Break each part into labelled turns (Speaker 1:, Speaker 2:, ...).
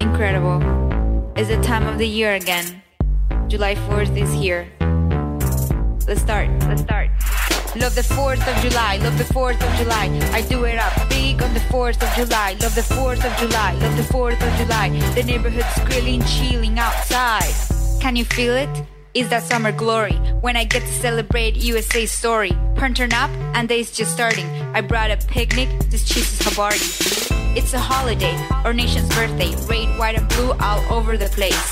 Speaker 1: incredible. It's the time of the year again. July 4th is here. Let's start. Let's start. Love the 4th of July, love the 4th of July. I do it up big on the 4th of July. Love the 4th of July, love the 4th of July. The neighborhood's grilling, chilling outside. Can you feel it? Is that summer glory when I get to celebrate USA story? Turn turn up and day's just starting. I brought a picnic, this cheese is Havarti. It's a holiday, our nation's birthday. Red, white, and blue all over the place.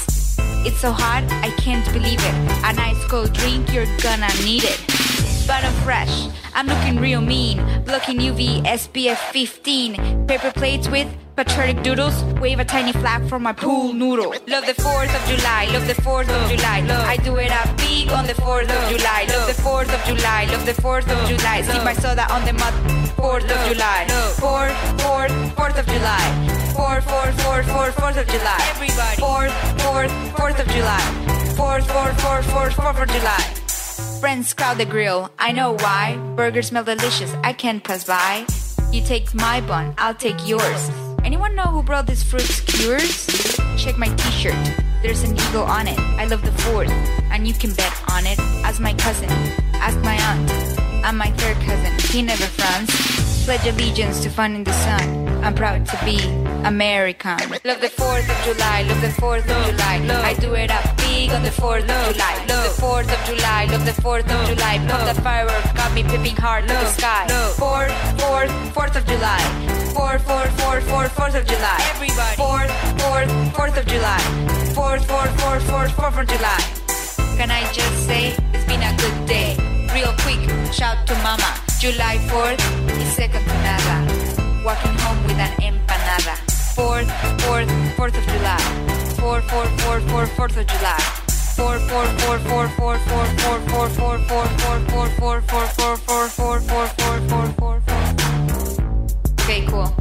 Speaker 1: It's so hot, I can't believe it. A nice cold drink, you're gonna need it but I'm fresh. I'm looking real mean. Blocking UV SPF 15. Paper plates with patriotic doodles. Wave a tiny flag from my pool noodle. Love the 4th of July. Love the 4th of July. Love. I do it up big on the 4th of July. Love the 4th of July. Love the 4th of July. See my soda on the mud. 4th of July. 4th, 4th, 4th of July. 4th, 4th, 4th, 4th, 4th of July. Everybody. 4th, 4th, 4th of July. 4th, 4th, 4th, 4th, 4th of July. Friends crowd the grill, I know why. Burgers smell delicious, I can't pass by. You take my bun, I'll take yours. Anyone know who brought these fruit skewers? Check my t shirt, there's an eagle on it. I love the fourth, and you can bet on it. Ask my cousin, ask my aunt. I'm my third cousin, he never frowns. Pledge allegiance to fun in the sun. I'm proud to be American. Love the 4th of July, love the 4th of July. I do it up big on the 4th of July. Love the 4th of July, love the 4th of July. Pop the fireworks, got me peeping hard to the sky. 4th, 4th, 4th of July. 4th, 4th, 4th, 4th, 4th of July. Everybody. 4th, 4th, 4th of July. 4th, 4th, 4th, 4th, 4th of July. Can I just say it's been a good day? Real quick, shout to mama. July 4th is second to nada walking home with an empanada. Fourth, fourth, fourth of July. Four, four, four, four, fourth of July. Four, four, four, four, four, four, four, four, four, four, four, four, four, four, four, four, four, four, four, four, four, four. Okay, cool.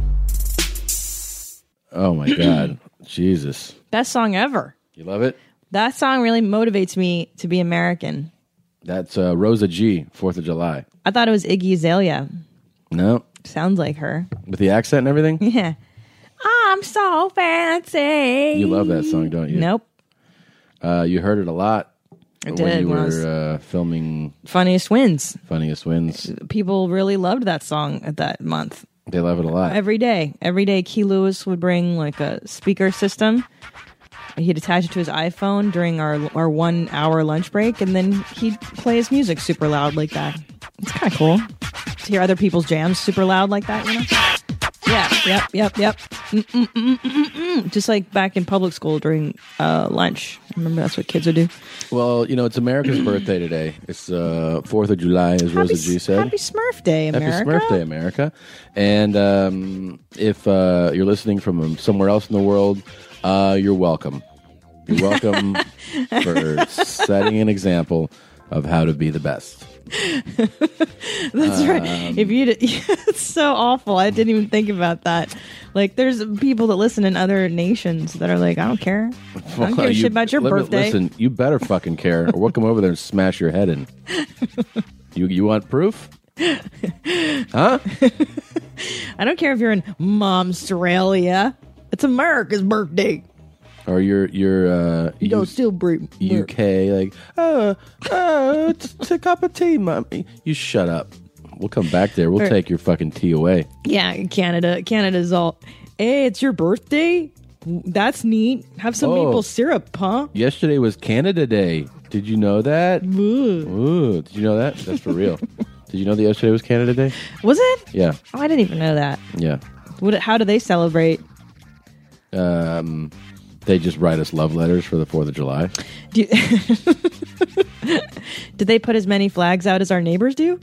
Speaker 2: Oh my god, Jesus!
Speaker 3: Best song ever.
Speaker 2: You love it.
Speaker 3: That song really motivates me to be American.
Speaker 2: That's uh, Rosa G. Fourth of July.
Speaker 3: I thought it was Iggy Azalea.
Speaker 2: No,
Speaker 3: Sounds like her.
Speaker 2: with the accent and everything.
Speaker 3: Yeah. I'm so fancy.
Speaker 2: You love that song, don't you?
Speaker 3: Nope.
Speaker 2: Uh, you heard it a lot
Speaker 3: I
Speaker 2: when
Speaker 3: did.
Speaker 2: you
Speaker 3: when I
Speaker 2: were
Speaker 3: was-
Speaker 2: uh, filming
Speaker 3: Funniest wins.
Speaker 2: Funniest Wins.
Speaker 3: People really loved that song at that month.
Speaker 2: They love it a lot.
Speaker 3: Every day, every day, Key Lewis would bring like a speaker system. He'd attach it to his iPhone during our our one hour lunch break, and then he'd play his music super loud like that. It's kind of cool to hear other people's jams super loud like that. You know? Yeah. Yep. Yep. Yep. Mm-mm-mm-mm-mm. Just like back in public school during uh, lunch. I remember that's what kids would do.
Speaker 2: Well, you know, it's America's birthday today. It's uh, Fourth of July, as Rosa G said.
Speaker 3: Happy Smurf Day,
Speaker 2: Happy
Speaker 3: America.
Speaker 2: Smurf Day, America! And um, if uh, you're listening from somewhere else in the world, uh, you're welcome. You're welcome for setting an example of how to be the best.
Speaker 3: That's right.
Speaker 2: Um,
Speaker 3: If you, it's so awful. I didn't even think about that. Like, there's people that listen in other nations that are like, I don't care. I don't give a
Speaker 2: You-
Speaker 3: shit about your
Speaker 2: let me-
Speaker 3: birthday.
Speaker 2: Listen, you better fucking care, or we'll come over there and smash your head in. You you want proof? Huh?
Speaker 3: I don't care if you're in Momstralia. It's America's birthday.
Speaker 2: Or your your uh,
Speaker 3: You don't
Speaker 2: use-
Speaker 3: still breathe.
Speaker 2: UK, like, oh, oh, it's it's a cup of tea, mommy. You shut up. We'll come back there. We'll
Speaker 3: Or-
Speaker 2: take your fucking tea away.
Speaker 3: Yeah, Canada. Canada's all, hey, it's your birthday? That's neat. Have some
Speaker 2: Oh.
Speaker 3: maple syrup, huh?
Speaker 2: Yesterday was Canada Day. Did you know that? Ooh, did you know that? That's for real. did you know that yesterday was Canada Day?
Speaker 3: Was it?
Speaker 2: Yeah,
Speaker 3: Oh, I didn't even know that.
Speaker 2: yeah.
Speaker 3: What, how do they celebrate?
Speaker 2: Um, they just write us love letters for the Fourth of July.
Speaker 3: Do Did they put as many flags out as our neighbors do?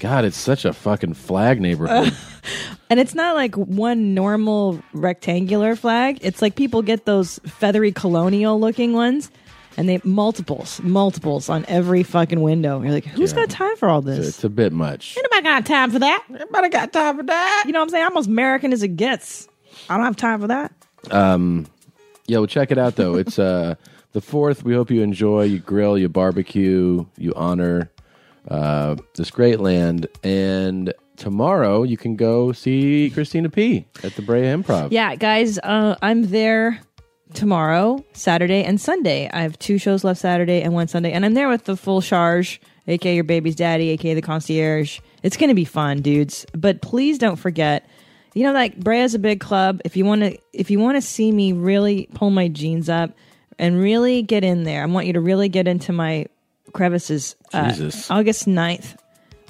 Speaker 2: God, it's such a fucking flag neighborhood.
Speaker 3: And it's not like one normal rectangular flag. It's like people get those feathery colonial looking ones and they multiples, multiples on every fucking window. You're like, who's got time for all this?
Speaker 2: it's a bit much.
Speaker 3: Anybody got time for that? Anybody got time for that? You know what I'm saying? I'm as American as it gets. I don't have time for that.
Speaker 2: Yeah, well, check it out though. It's uh the fourth. We hope you enjoy. You grill, you barbecue, you honor uh, this great land. And tomorrow you can go see Christina P at the Brea Improv.
Speaker 3: Yeah, guys, uh, I'm there. tomorrow, Saturday, and Sunday. I have two shows left Saturday and one Sunday, and I'm there with the full charge, aka your baby's daddy, aka the concierge. It's going to be fun, dudes. But please don't forget, you know, like Brea's a big club. If you want to, if you want to see me really pull my jeans up and really get in there, I want you to really get into my crevices. Uh,
Speaker 2: Jesus.
Speaker 3: August 9th,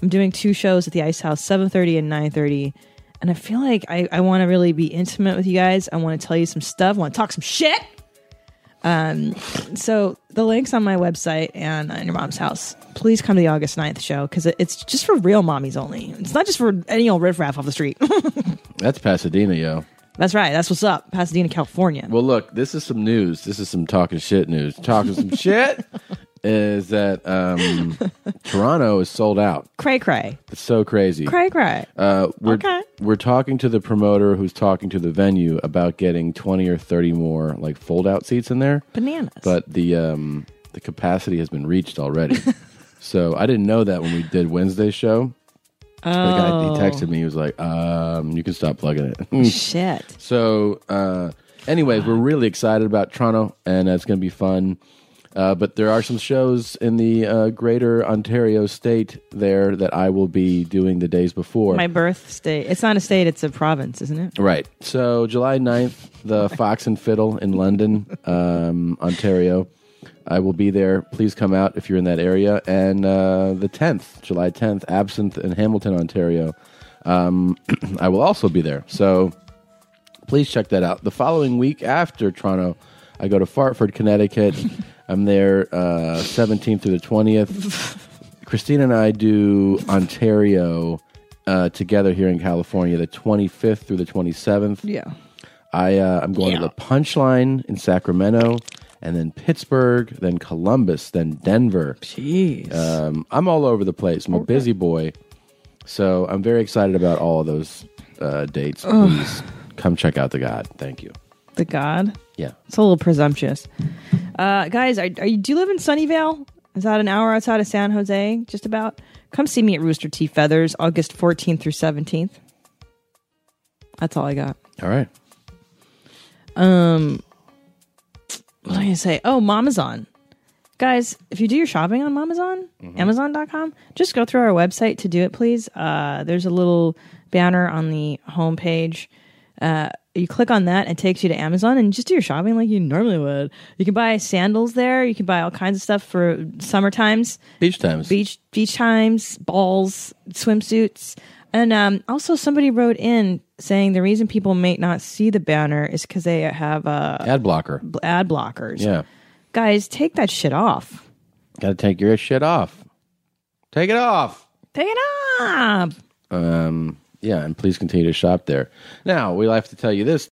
Speaker 3: I'm doing two shows at the Ice House, 7:30 and 9:30. And I feel like I, I want to really be intimate with you guys. I want to tell you some stuff. I want to talk some shit. Um, so the link's on my website and on your mom's house. Please come to the August 9th show because it, it's just for real mommies only. It's not just for any old riffraff off the street.
Speaker 2: That's Pasadena, yo.
Speaker 3: That's right. That's what's up. Pasadena, California.
Speaker 2: Well, look, this is some news. This is some talking shit news. Talking some shit is that um, Toronto is sold out.
Speaker 3: cray cray.
Speaker 2: It's so crazy.
Speaker 3: Cray cray.
Speaker 2: Uh, we're
Speaker 3: Okay.
Speaker 2: we're talking to the promoter who's talking to the venue about getting twenty or thirty more like fold out seats in there.
Speaker 3: Bananas.
Speaker 2: but the um, the capacity has been reached already. so I didn't know that when we did Wednesday's show. Oh. The guy he texted me. He was like, um, "You can stop plugging it."
Speaker 3: Oh, shit.
Speaker 2: so, uh, anyways, we're really excited about Toronto, and it's going to be fun. Uh, but there are some shows in the uh, greater Ontario state there that I will be doing the days before.
Speaker 3: My birth state. It's not a state, it's a province, isn't it?
Speaker 2: Right. So July 9th, the Fox and Fiddle in London, um, Ontario. I will be there. Please come out if you're in that area. And uh, the 10th, July 10th, Absinthe in Hamilton, Ontario. Um, I will also be there. So please check that out. The following week after Toronto, I go to Fartford, Connecticut. I'm there uh, 17th through the 20th. Christina and I do Ontario uh, together here in California, the 25th through the 27th.
Speaker 3: Yeah.
Speaker 2: I uh, I'm going to the Punchline in Sacramento, and then Pittsburgh, then Columbus, then Denver.
Speaker 3: Jeez.
Speaker 2: Um, I'm all over the place. I'm a busy boy, so I'm very excited about all of those uh, dates. Please come check out the God. Thank you.
Speaker 3: the god.
Speaker 2: Yeah,
Speaker 3: It's a little presumptuous. Uh, guys, are, are you, do you live in Sunnyvale? Is that an hour outside of San Jose? Just about. Come see me at Rooster Tea Feathers, August 14th through 17th. That's all I got.
Speaker 2: all right.
Speaker 3: Um, What do I say? Oh, Mamazon. Guys, if you do your shopping on Mamazon, Amazon.com, just go through our website to do it, please. Uh, there's a little banner on the homepage. Uh, you click on that, it takes you to Amazon, and just do your shopping like you normally would. You can buy sandals there. You can buy all kinds of stuff for summer times
Speaker 2: Beach times.
Speaker 3: beach beach times, balls, swimsuits, and um, also somebody wrote in saying the reason people may not see the banner is because they have uh,
Speaker 2: ad blocker.
Speaker 3: ad blockers.
Speaker 2: Yeah,
Speaker 3: guys, take that shit off.
Speaker 2: got to take your shit off. Take it off. Um,
Speaker 3: Take it off.
Speaker 2: Yeah, and please continue to shop there. Now, we have to tell you this.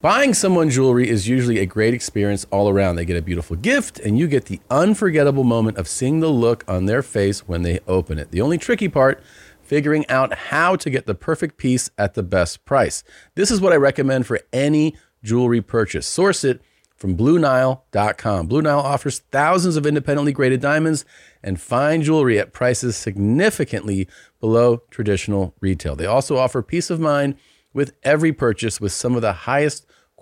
Speaker 2: Buying someone jewelry is usually a great experience all around. They get a beautiful gift, and you get the unforgettable moment of seeing the look on their face when they open it. The only tricky part, figuring out how to get the perfect piece at the best price. This is what I recommend for any jewelry purchase. Source it from BlueNile.com. Blue Nile offers thousands of independently graded diamonds and fine jewelry at prices significantly below traditional retail. They also offer peace of mind with every purchase with some of the highest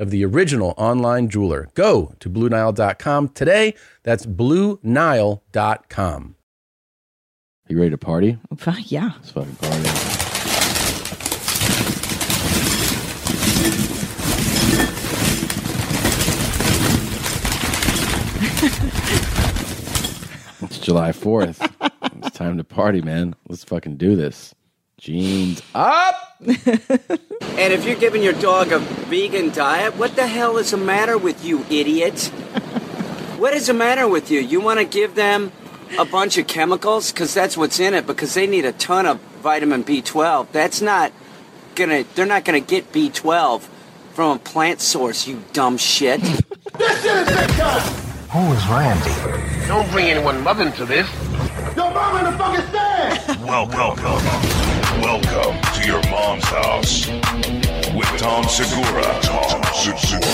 Speaker 2: of the original online jeweler. Go to BlueNile.com today. That's BlueNile.com. You ready to party?
Speaker 3: Fuck, Yeah.
Speaker 2: Let's fucking party. it's July 4th. it's time to party, man. Let's fucking do this. Jeans up.
Speaker 4: And if you're giving your dog a vegan diet, what the hell is the matter with you, idiot? what is the matter with you? You want to give them a bunch of chemicals? Because that's what's in it, because they need a ton of vitamin B12. That's not gonna, they're not gonna get B12 from a plant source, you dumb shit.
Speaker 5: This shit is big time.
Speaker 6: Who is Randy?
Speaker 7: Don't bring anyone loving to this.
Speaker 5: Your mom in the fucking stand.
Speaker 8: Welcome. Welcome to your mom's house with Tom Segura. Tom Segura.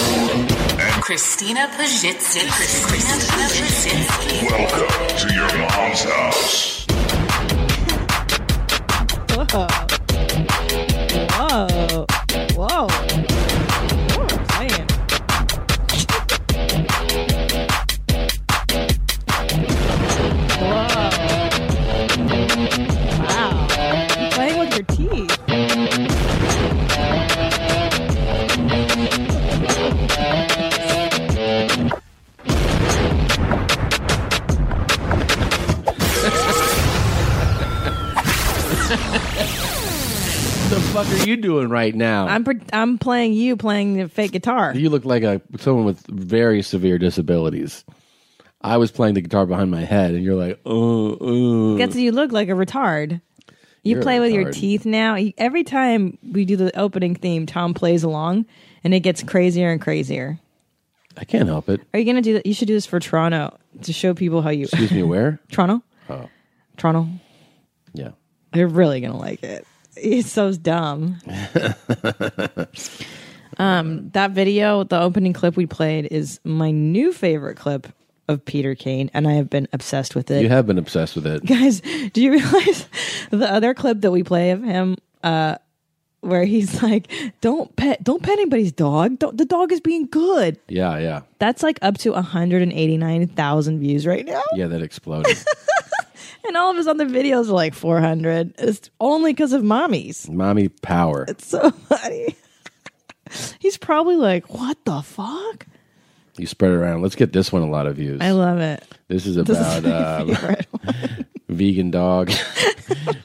Speaker 8: And
Speaker 9: Christina Pajitsky. Christina Pajitsky.
Speaker 8: welcome to your mom's house.
Speaker 3: Whoa. Whoa. Whoa. Man. Whoa. Wow. You're playing with your teeth.
Speaker 2: the fuck are you doing right now?
Speaker 3: I'm pre- I'm playing you playing the fake guitar.
Speaker 2: you look like a someone with very severe disabilities. I was playing the guitar behind my head, and you're like, oh, oh.
Speaker 3: That's you look like a retard. You
Speaker 2: You're a
Speaker 3: play with your
Speaker 2: retard.
Speaker 3: teeth now. You- Every time we do the opening theme, Tom plays along, and it gets crazier and crazier.
Speaker 2: I can't help it.
Speaker 3: Are you gonna do that? You should do this for Toronto to show people how you
Speaker 2: Excuse me, where?
Speaker 3: Toronto.
Speaker 2: Oh.
Speaker 3: Toronto.
Speaker 2: Yeah.
Speaker 3: They're really gonna like it. It's so dumb. um, that video, the opening clip we played, is my new favorite clip of Peter Kane, and I have been obsessed with it.
Speaker 2: You have been obsessed with it.
Speaker 3: guys do you realize the other clip that we play of him uh where he's like don't pet don't pet anybody's dog don't, the dog is being good
Speaker 2: Yeah, yeah.
Speaker 3: that's like up to 189000 views right now
Speaker 2: Yeah, that exploded.
Speaker 3: and all of his other videos are like 400 it's only because of mommies
Speaker 2: Mommy power.
Speaker 3: so funny he's probably like what the fuck
Speaker 2: You spread it around. Let's get this one a lot of views.
Speaker 3: i love it
Speaker 2: this is
Speaker 3: this
Speaker 2: about
Speaker 3: is my
Speaker 2: um,
Speaker 3: favorite
Speaker 2: vegan dog,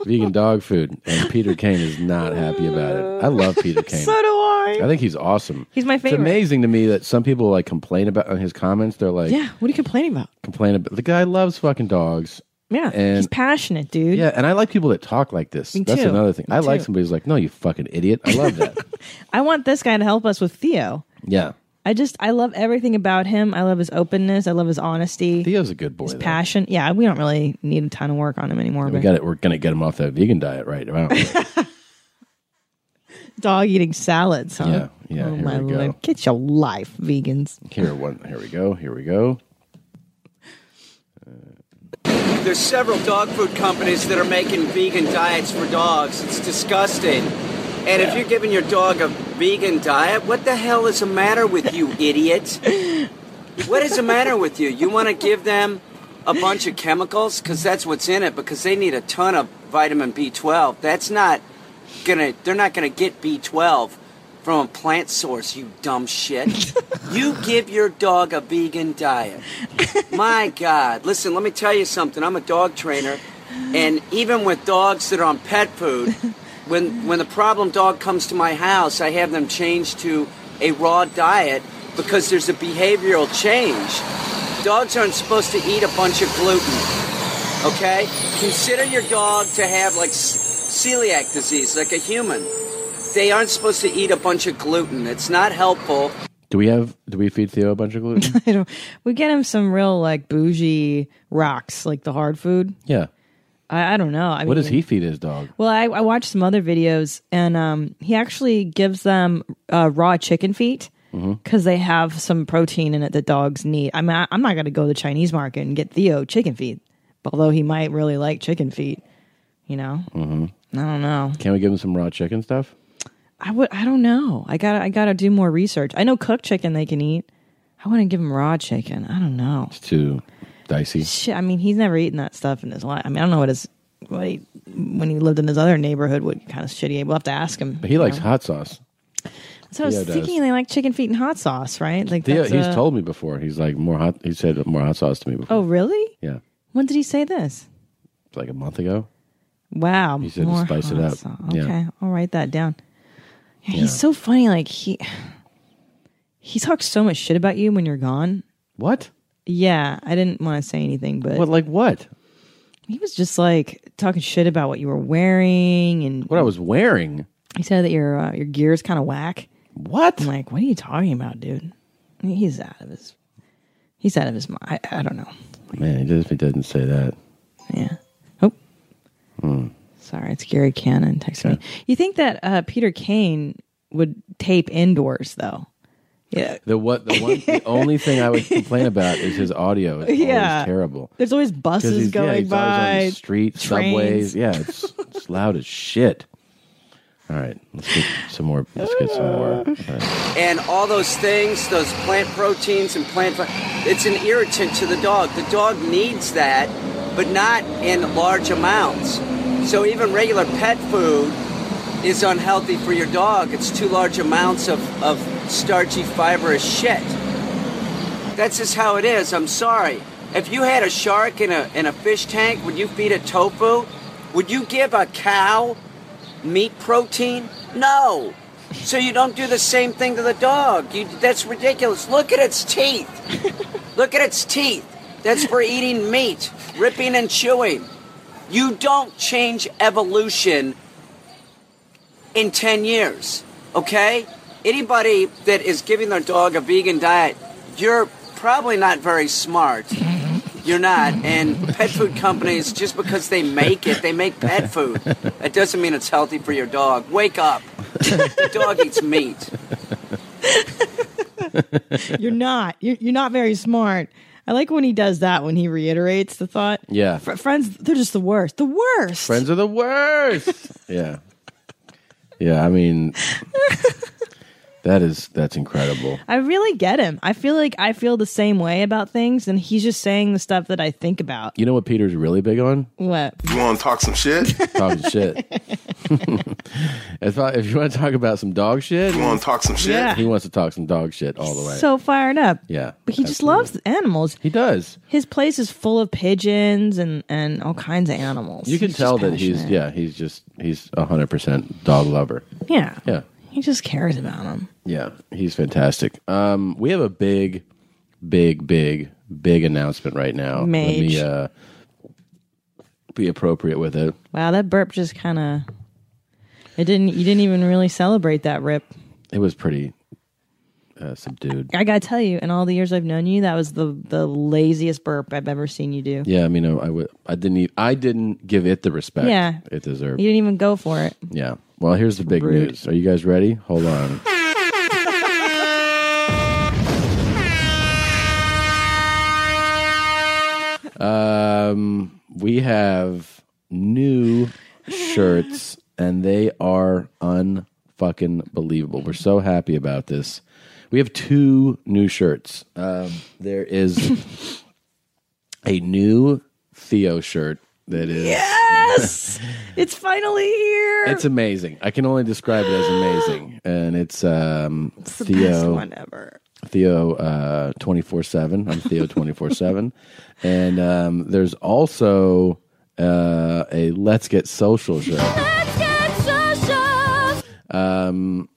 Speaker 2: vegan dog food, and Peter Kane is not happy about it. I love Peter Kane.
Speaker 3: so do i
Speaker 2: I think he's awesome.
Speaker 3: He's my favorite.
Speaker 2: It's amazing to me that some people like complain about on his comments. They're like,
Speaker 3: yeah what are you complaining about
Speaker 2: complain about the guy loves fucking dogs.
Speaker 3: yeah
Speaker 2: And-
Speaker 3: he's passionate dude
Speaker 2: Yeah, and I like people that talk like this.
Speaker 3: Me
Speaker 2: That's
Speaker 3: too.
Speaker 2: another thing.
Speaker 3: Me
Speaker 2: I like
Speaker 3: too.
Speaker 2: somebody who's like, "No, you fucking idiot." I love that.
Speaker 3: i want this guy to help us with theo
Speaker 2: yeah,
Speaker 3: I just I love everything about him. I love his openness. I love his honesty,
Speaker 2: Theo's a good boy.
Speaker 3: his
Speaker 2: though.
Speaker 3: passion. Yeah, we don't really need a ton of work on him anymore.
Speaker 2: We
Speaker 3: But
Speaker 2: got it. We're gonna get him off that vegan diet, right? Wow.
Speaker 3: dog eating salads, huh?
Speaker 2: Yeah, yeah,
Speaker 3: Oh
Speaker 2: here
Speaker 3: my
Speaker 2: we go.
Speaker 3: lord, get your life, vegans.
Speaker 2: Here one. Here we go. Here we go.
Speaker 4: There's several dog food companies that are making vegan diets for dogs. It's disgusting. And if you're giving your dog a vegan diet, what the hell is the matter with you, idiot? What is the matter with you? You want to give them a bunch of chemicals because that's what's in it because they need a ton of vitamin B12. That's not gonna. They're not gonna get B12 from a plant source. You dumb shit. you give your dog a vegan diet. My God. Listen, let me tell you something. I'm a dog trainer, and even with dogs that are on pet food, when, when the problem dog comes to my house, I have them changed to a raw diet because there's a behavioral change. Dogs aren't supposed to eat a bunch of gluten okay? Consider your dog to have like c- celiac disease, like a human. They aren't supposed to eat a bunch of gluten. It's not helpful.
Speaker 2: Do we have? Do we feed Theo a bunch of gluten?
Speaker 3: I don't. We get him some real like bougie rocks, like the hard food.
Speaker 2: yeah.
Speaker 3: I, I don't know. I
Speaker 2: What
Speaker 3: mean,
Speaker 2: does he feed his dog?
Speaker 3: Well, I, I watched some other videos, and um, he actually gives them uh, raw chicken feet
Speaker 2: Mm-hmm.
Speaker 3: because they have some protein in it that dogs need. I'm not, I'm not going to go to the Chinese market and get Theo chicken feet, although he might really like chicken feet. You know, mm-hmm. I don't know.
Speaker 2: Can we give him some raw chicken stuff?
Speaker 3: I would. I don't know. I got. to I got to do more research. I know cooked chicken they can eat. I wouldn't give him raw chicken. I don't know.
Speaker 2: It's too dicey.
Speaker 3: Shit. I mean, he's never eaten that stuff in his life. I mean, I don't know what his what he, when he lived in his other neighborhood, what kind of shit he ate. We'll have to ask him.
Speaker 2: But he likes hot sauce.
Speaker 3: So I was
Speaker 2: Theo does.
Speaker 3: thinking they like chicken feet and hot sauce, right? Like
Speaker 2: Theo,
Speaker 3: that's
Speaker 2: he's
Speaker 3: a-
Speaker 2: told me before. He's like more hot. He said more hot sauce to me before.
Speaker 3: Oh, really?
Speaker 2: yeah,
Speaker 3: When did he say this?
Speaker 2: It's like a month ago.
Speaker 3: Wow.
Speaker 2: He said to
Speaker 3: more
Speaker 2: spice it up.
Speaker 3: hot sauce. Okay,
Speaker 2: Yeah.
Speaker 3: I'll write that down. Yeah,
Speaker 2: Yeah.
Speaker 3: He's so funny. Like he he talks so much shit about you when you're gone.
Speaker 2: What?
Speaker 3: Yeah, I didn't want to say anything, but
Speaker 2: What? Like what?
Speaker 3: he was just like talking shit about what you were wearing, and
Speaker 2: What I was wearing?
Speaker 3: he said that your uh, your gear's kind of whack.
Speaker 2: What?
Speaker 3: I'm like, what are you talking about, dude? He's out of his. He's out of his mind. I, I don't know.
Speaker 2: Man, he doesn't, he doesn't say that.
Speaker 3: Yeah. Oh.
Speaker 2: Hmm.
Speaker 3: Sorry, it's Gary Cannon texting me. You think that uh, Peter Kane would tape indoors though? Yeah.
Speaker 2: The what? The one? the only thing I would complain about is his audio. It's
Speaker 3: Yeah.
Speaker 2: always terrible.
Speaker 3: There's always buses
Speaker 2: he's, yeah,
Speaker 3: going
Speaker 2: he's always on
Speaker 3: by.
Speaker 2: the street,
Speaker 3: trains.
Speaker 2: subways. Yeah, it's, it's loud as shit. All right, let's get some more. Let's get some more. All right.
Speaker 4: and all those things, those plant proteins and plant, fi- it's an irritant to the dog. The dog needs that, but not in large amounts. So even regular pet food is unhealthy for your dog. It's too large amounts of, of starchy, fibrous shit. That's just how it is. I'm sorry. If you had a shark in a, in a fish tank, would you feed it tofu? Would you give a cow meat protein? No. So you don't do the same thing to the dog. You, that's ridiculous. Look at its teeth. Look at its teeth. That's for eating meat, ripping and chewing. You don't change evolution in 10 years, okay? Anybody that is giving their dog a vegan diet, you're probably not very smart. You're not. And pet food companies, just because they make it, they make pet food. That doesn't mean it's healthy for your dog. Wake up. The dog eats meat.
Speaker 3: You're not. You're, you're not very smart. I like when he does that when he reiterates the thought.
Speaker 2: Yeah.
Speaker 3: Fr- friends, they're just the worst. The worst.
Speaker 2: Friends are the worst. yeah, yeah. I mean, that is that's incredible.
Speaker 3: I really get him. I feel like I feel the same way about things, and he's just saying the stuff that I think about.
Speaker 2: You know what Peter's really big on?
Speaker 3: What?
Speaker 5: You want to talk some shit?
Speaker 2: Talking shit. if, I, if you want to talk about some dog shit,
Speaker 5: You want to talk some shit?
Speaker 3: Yeah.
Speaker 2: he wants to talk some dog shit all the way.
Speaker 3: So fired up.
Speaker 2: yeah,
Speaker 3: But he just loves animals.
Speaker 2: he does.
Speaker 3: His place is full of pigeons and, and all kinds of animals.
Speaker 2: You can
Speaker 3: He's
Speaker 2: tell
Speaker 3: just
Speaker 2: that he's
Speaker 3: passionate.
Speaker 2: yeah he's just he's hundred percent dog lover.
Speaker 3: yeah
Speaker 2: Yeah,
Speaker 3: He just cares about them.
Speaker 2: yeah, he's fantastic. Um, we have a big, big, big, big announcement right now. Let
Speaker 3: Mage.
Speaker 2: me uh, be appropriate with it.
Speaker 3: Wow, that burp just kind of. It didn't. You didn't even really celebrate that rip.
Speaker 2: It was pretty uh, subdued.
Speaker 3: I gotta tell you, in all the years I've known you, that was the the laziest burp I've ever seen you do.
Speaker 2: Yeah, I mean, I, I would, I didn't, e- I didn't give it the respect
Speaker 3: Yeah.
Speaker 2: it deserved.
Speaker 3: You didn't even go for it.
Speaker 2: Yeah. Well, here's the big
Speaker 3: Rude.
Speaker 2: news. Are you guys ready? Hold on. um, we have new shirts, and they are unfucking believable. We're so happy about this. We have two new shirts. Um, there is a new Theo shirt that is.
Speaker 3: Yes, it's finally here.
Speaker 2: It's amazing. I can only describe it as amazing, and it's um
Speaker 3: the best
Speaker 2: Theo
Speaker 3: one ever.
Speaker 2: Theo uh twenty four seven. I'm Theo twenty four seven, and um, there's also uh, a Let's Get Social shirt. Let's get social. Um,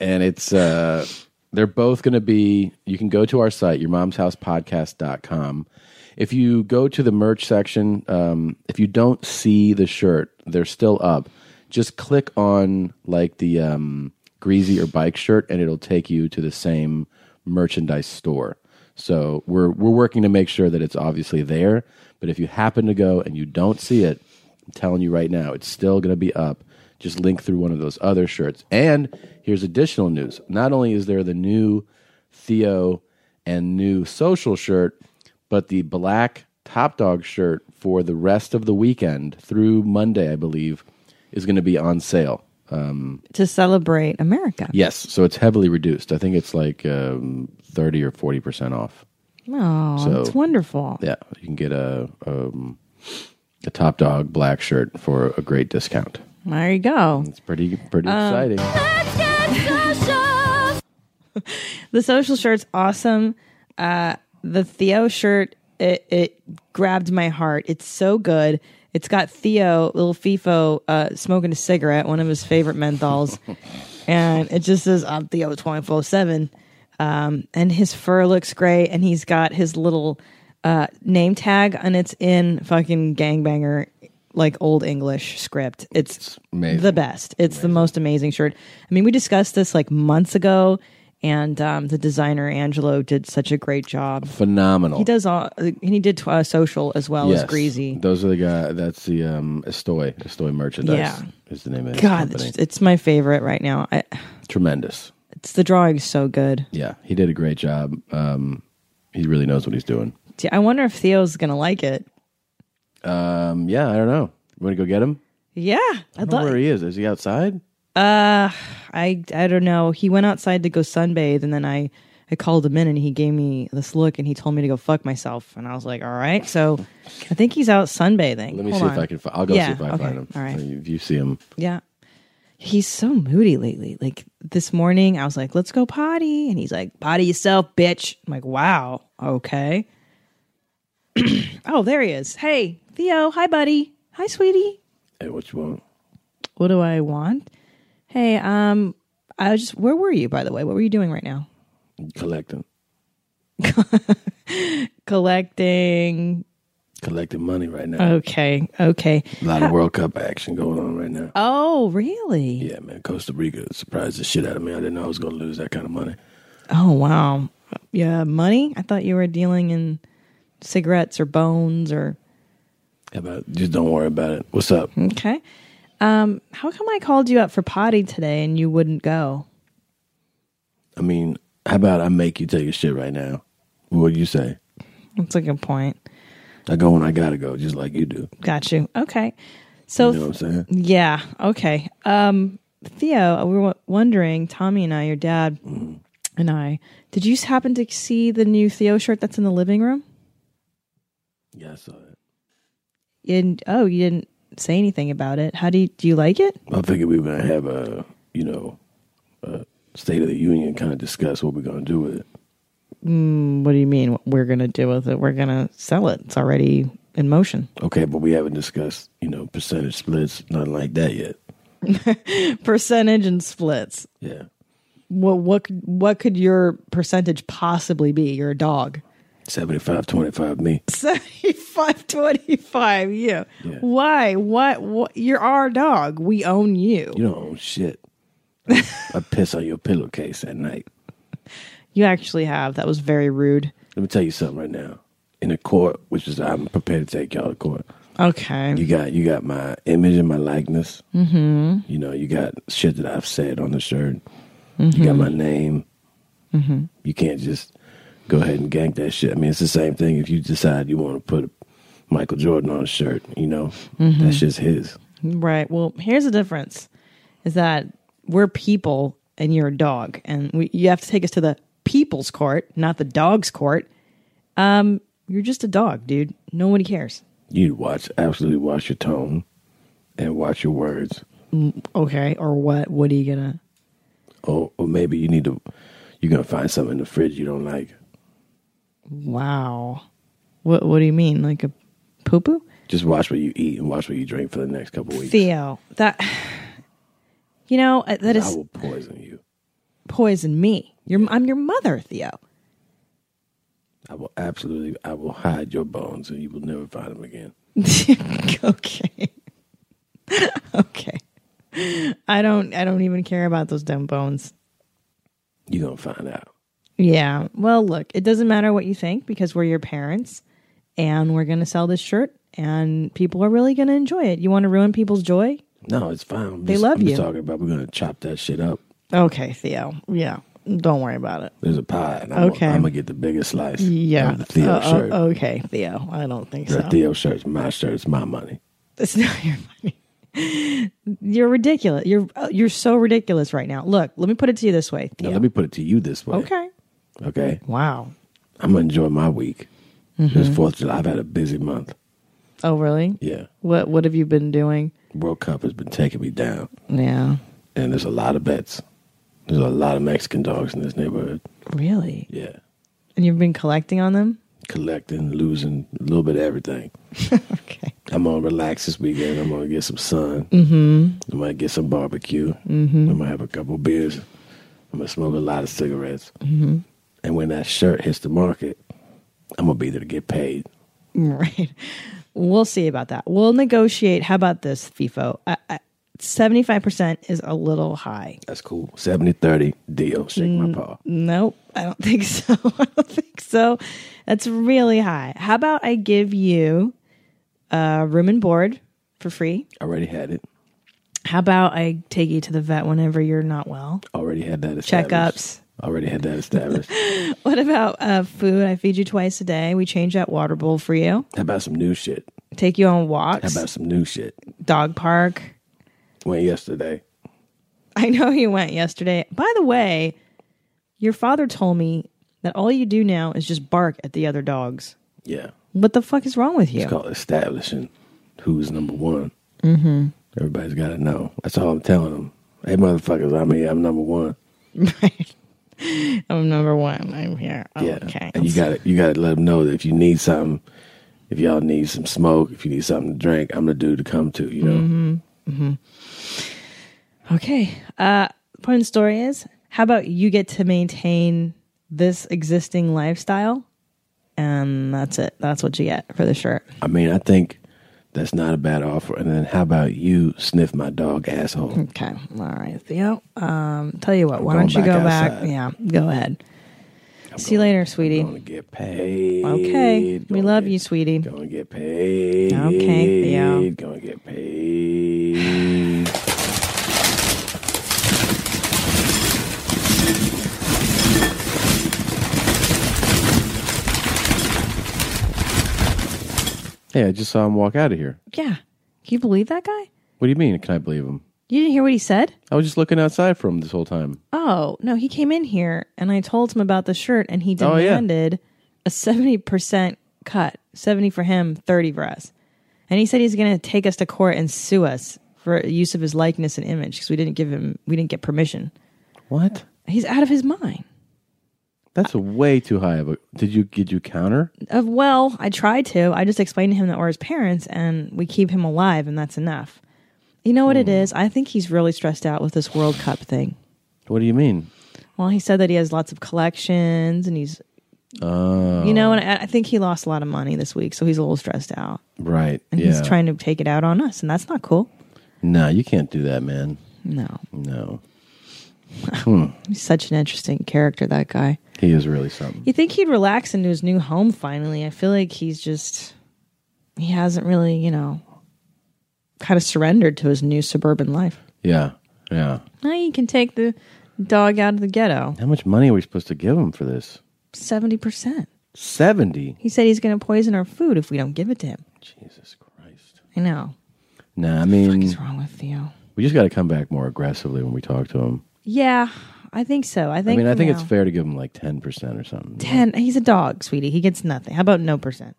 Speaker 2: and it's uh, they're both going to be. You can go to our site, yourmomshousepodcast.com. If you go to the merch section, um, if you don't see the shirt, they're still up. Just click on like the um, greasy or bike shirt, and it'll take you to the same merchandise store. So we're we're working to make sure that it's obviously there. But if you happen to go and you don't see it, I'm telling you right now, it's still going to be up. Just link through one of those other shirts. And here's additional news: not only is there the new Theo and new social shirt, but the black Top Dog shirt for the rest of the weekend through Monday, I believe, is going to be on sale.
Speaker 3: To celebrate America.
Speaker 2: Yes, so it's heavily reduced. I think it's like um, thirty or forty percent off.
Speaker 3: Oh,
Speaker 2: So-
Speaker 3: it's wonderful.
Speaker 2: Yeah, you can get a um, a top dog black shirt for a great discount.
Speaker 3: There you go.
Speaker 2: It's pretty pretty
Speaker 3: Um,
Speaker 2: exciting.
Speaker 3: The social shirt's awesome. Uh, the Theo shirt, it, it grabbed my heart. It's so good. It's got Theo, little FIFO, uh, smoking a cigarette, one of his favorite menthols. and it just says, I'm Theo 24 7. Um, and his fur looks great. And he's got his little uh, name tag, and it's in fucking gangbanger, like old English script. It's
Speaker 2: amazing.
Speaker 3: the best. It's the most amazing shirt. I mean, we discussed this like months ago, And um, the designer Angelo did such a great job.
Speaker 10: Phenomenal.
Speaker 3: He does all, and he did uh, social as well
Speaker 10: Yes.
Speaker 3: as Greasy.
Speaker 10: Those are the guy. That's the um, Estoy Estoy merchandise.
Speaker 3: Yeah.
Speaker 10: is the name of his
Speaker 3: God,
Speaker 10: company.
Speaker 3: it's, it's my favorite right now. I,
Speaker 10: Tremendous.
Speaker 3: it's the drawing's so good.
Speaker 10: Yeah, he did a great job. Um, he really knows what he's doing.
Speaker 3: Gee, I wonder if Theo's gonna like it.
Speaker 10: Um, yeah, I don't know. You want to go get him?
Speaker 3: Yeah,
Speaker 10: I
Speaker 3: I'd
Speaker 10: don't know
Speaker 3: love.
Speaker 10: where he is. Is he outside?
Speaker 3: I I don't know. He went outside to go sunbathe, and then I I called him in, and he gave me this look, and he told me to go fuck myself, and I was like, all right. So I think he's out sunbathing.
Speaker 10: Let me
Speaker 3: Hold
Speaker 10: see
Speaker 3: on.
Speaker 10: if I can. Fi- I'll go
Speaker 3: Yeah,
Speaker 10: see if I
Speaker 3: okay,
Speaker 10: find him.
Speaker 3: all right.
Speaker 10: So you- If you see him,
Speaker 3: Yeah. He's so moody lately. Like this morning, I was like, let's go potty. And he's like, potty yourself, bitch. I'm like, wow. Okay. oh, there he is. Hey, Theo. Hi, buddy. Hi, sweetie.
Speaker 10: hey, what you want?
Speaker 3: What do I want? Hey, um, I was just, where were you, by the way? What were you doing right now?
Speaker 10: Collecting,
Speaker 3: Collecting.
Speaker 10: collecting money right
Speaker 3: Uh,
Speaker 10: now.
Speaker 3: Okay. Okay.
Speaker 10: a lot of World Cup action going on right now.
Speaker 3: Oh, really?
Speaker 10: Yeah, man. Costa Rica surprised the shit out of me. I didn't know I was going to lose that kind of money.
Speaker 3: Oh, wow. Yeah, money? I thought you were dealing in cigarettes or bones or.
Speaker 10: How about just don't worry about it. What's up?
Speaker 3: Okay. Um, how come I called you up for potty today and you wouldn't go?
Speaker 10: I mean, how about I make you take a shit right now? What do you say?
Speaker 3: That's a good point.
Speaker 10: I go when I gotta go, just like you do.
Speaker 3: Got you. Okay. So
Speaker 10: You know what I'm saying?
Speaker 3: yeah. Okay. Um, Theo, we were wondering, Tommy and I, your dad and I, did you happen to see the new Theo shirt that's in the living room?
Speaker 10: Yeah, I saw it.
Speaker 3: And oh, you didn't say anything about it. How do you, do you like it?
Speaker 10: I figured we were gonna have a, you know, a State of the Union kind of discuss what we're gonna do with it.
Speaker 3: Mm, What do you mean? What we're gonna do with it? We're gonna sell it. It's already in motion.
Speaker 10: Okay, but we haven't discussed, you know, percentage splits, nothing like that yet.
Speaker 3: Percentage and splits.
Speaker 10: Yeah,
Speaker 3: what what could- what could your percentage possibly be? You're a dog.
Speaker 10: 75, 25 me.
Speaker 3: 75 25 you.
Speaker 10: Yeah.
Speaker 3: Why? What, what you're our dog. We own you.
Speaker 10: You don't own shit. I piss on your pillowcase at night.
Speaker 3: You actually have. That was very rude.
Speaker 10: Let me tell you something right now. In the court, which is I'm prepared to take y'all to court.
Speaker 3: Okay.
Speaker 10: You got you got my image and my likeness. Mm-hmm. You know, you got shit that I've said on the shirt. You got my name. Mm-hmm. You can't just go ahead and gank that shit. I mean, it's the same thing. If you decide you want to put Michael Jordan on a shirt, you know, that's just his.
Speaker 3: right. Well, here's the difference is that we're people and you're a dog and we, you have to take us to the people's court, not the dog's court. Um you're just a dog, dude. Nobody cares.
Speaker 10: You watch absolutely watch your tone and watch your words.
Speaker 3: Okay. Or what? What are you going to
Speaker 10: Or, or maybe you need to. You're gonna find something in the fridge you don't like.
Speaker 3: Wow. What what do you mean? Like a poo poo?
Speaker 10: Just watch what you eat and watch what you drink for the next couple weeks.
Speaker 3: Theo, that you know uh, that
Speaker 10: I
Speaker 3: is
Speaker 10: will poison you.
Speaker 3: poison me. You're, I'm your mother, Theo.
Speaker 10: I will absolutely, I will hide your bones and you will never find them again.
Speaker 3: okay. okay. I don't. I don't even care about those dumb bones.
Speaker 10: You're going to find out.
Speaker 3: Yeah. Well, look, it doesn't matter what you think because we're your parents, and we're gonna sell this shirt, and people are really gonna enjoy it. You want to ruin people's joy?
Speaker 10: No, it's fine. I'm
Speaker 3: They
Speaker 10: just-
Speaker 3: love
Speaker 10: I'm just
Speaker 3: you.
Speaker 10: talking about we're going to chop that shit up.
Speaker 3: Okay, Theo. Yeah. Don't worry about it.
Speaker 10: There's a pie. And I'm
Speaker 3: Okay.
Speaker 10: I'm going to get the biggest slice.
Speaker 3: Yeah.
Speaker 10: Of the Theo
Speaker 3: Uh, uh,
Speaker 10: shirt.
Speaker 3: okay, Theo. I don't think
Speaker 10: The
Speaker 3: so.
Speaker 10: Theo shirt's my shirt. It's my money.
Speaker 3: It's not your money. You're ridiculous. You're uh, you're so ridiculous right now. Look, let me put it to you this way.
Speaker 10: Now,
Speaker 3: Theo.
Speaker 10: let me put it to you this way.
Speaker 3: okay.
Speaker 10: Okay.
Speaker 3: Wow.
Speaker 10: I'm going to enjoy my week. This
Speaker 3: Mm-hmm.
Speaker 10: 4th of July, I've had a busy month.
Speaker 3: Oh, really?
Speaker 10: Yeah.
Speaker 3: What what have you been doing?
Speaker 10: World Cup has been taking me down.
Speaker 3: Yeah.
Speaker 10: And there's a lot of bets. There's a lot of Mexican dogs in this neighborhood.
Speaker 3: Really?
Speaker 10: Yeah.
Speaker 3: And you've been collecting on them?
Speaker 10: Collecting, losing, a little bit of everything.
Speaker 3: Okay.
Speaker 10: I'm gonna relax this weekend. I'm gonna get some sun. Mm-hmm. I might get some barbecue. Mm-hmm. I might have a couple beers. I'm gonna smoke a lot of cigarettes. Mm-hmm. And when that shirt hits the market, I'm gonna be there to get paid.
Speaker 3: Right. We'll see about that. We'll negotiate. How about this, FIFO? I, I, 75% is a little high.
Speaker 2: That's cool. 70 30 deal. Shake
Speaker 10: Mm.
Speaker 2: my paw.
Speaker 3: Nope, I don't think so. I don't think so. That's really high. How about I give you uh, room and board for free?
Speaker 2: Already had it.
Speaker 3: How about I take you to the vet whenever you're not well?
Speaker 2: Already had that established.
Speaker 3: Checkups.
Speaker 2: Already had that established.
Speaker 3: What about uh, food? I feed you twice a day. We change that water bowl for you.
Speaker 2: How about some new shit?
Speaker 3: Take you on
Speaker 2: How
Speaker 3: walks.
Speaker 2: about some new shit?
Speaker 3: Dog park.
Speaker 2: Went yesterday.
Speaker 3: I know you went yesterday. By the way, your father told me that all you do now is just bark at the other dogs.
Speaker 2: Yeah.
Speaker 3: What the fuck is wrong with you?
Speaker 2: It's called establishing who's number one. Mm-hmm. Everybody's got to know. That's all I'm telling them. Hey, motherfuckers, I'm here. I'm number one.
Speaker 3: I'm number one. I'm here. Oh,
Speaker 2: Yeah.
Speaker 3: Okay.
Speaker 2: And you got to you got to let them know that if you need something, if y'all need some smoke, if you need something to drink, I'm the dude to come to. You know.
Speaker 3: Mm-hmm. Okay. Uh, point of the story is how about you get to maintain this existing lifestyle? And that's it. That's what you get for the shirt.
Speaker 2: I mean, I think that's not a bad offer. And then how about you sniff my dog asshole?
Speaker 3: Okay. All right, Theo. Um, tell you what, why
Speaker 2: going
Speaker 3: don't you
Speaker 2: back
Speaker 3: go back?
Speaker 2: outside.
Speaker 3: Yeah, go ahead. See you later, sweetie.
Speaker 2: I'm gonna get paid.
Speaker 3: Okay. We
Speaker 2: Gonna
Speaker 3: love
Speaker 2: get-
Speaker 3: you, sweetie.
Speaker 2: Gonna get paid.
Speaker 3: Okay, Theo.
Speaker 2: Gonna get paid. Hey, I just saw him walk out of here.
Speaker 3: Yeah. Can you believe that guy?
Speaker 2: What do you mean? Can I believe him?
Speaker 3: You didn't hear what he said?
Speaker 2: I was just looking outside for him this whole time.
Speaker 3: Oh, no, he came in here and I told him about the shirt and he
Speaker 2: Oh, yeah.
Speaker 3: demanded a 70% cut 70 for him, 30 for us. And he said he's going to take us to court and sue us for use of his likeness and image because we didn't give him, we didn't get permission.
Speaker 2: What?
Speaker 3: He's out of his mind.
Speaker 2: That's way too high of a. Did you did you counter?
Speaker 3: Of well, I tried to. I just explained to him that we're his parents and we keep him alive and that's enough. You know what
Speaker 2: Hmm.
Speaker 3: it is? I think he's really stressed out with this World Cup thing.
Speaker 2: What do you mean?
Speaker 3: Well, he said that he has lots of collections and he's, you know, and I, I think he lost a lot of money this week, so he's a little stressed out.
Speaker 2: Right.
Speaker 3: And
Speaker 2: yeah.
Speaker 3: he's trying to take it out on us, and that's not cool.
Speaker 2: No, you can't do that, man.
Speaker 3: No,
Speaker 2: No.
Speaker 3: he's such an interesting character, that guy.
Speaker 2: He is really something.
Speaker 3: You think he'd relax into his new home finally? I feel like he's just, he hasn't really, you know, kind of surrendered to his new suburban life.
Speaker 2: Yeah. Yeah.
Speaker 3: Now you can take the dog out of the ghetto
Speaker 2: How much money are we supposed to give him for this?
Speaker 3: 70%.
Speaker 2: 70.
Speaker 3: He said he's going to poison our food if we don't give it to him.
Speaker 2: Jesus Christ.
Speaker 3: I know.
Speaker 2: Nah, I
Speaker 3: What's
Speaker 2: mean,
Speaker 3: wrong with Theo?
Speaker 2: we just got to come back more aggressively when we talk to him.
Speaker 3: Yeah, I think so. I
Speaker 2: I
Speaker 3: think.
Speaker 2: mean, I
Speaker 3: for
Speaker 2: think
Speaker 3: now-
Speaker 2: it's fair to give him like 10% or something.
Speaker 3: Ten. He's a dog, sweetie. He gets nothing. How about no percent?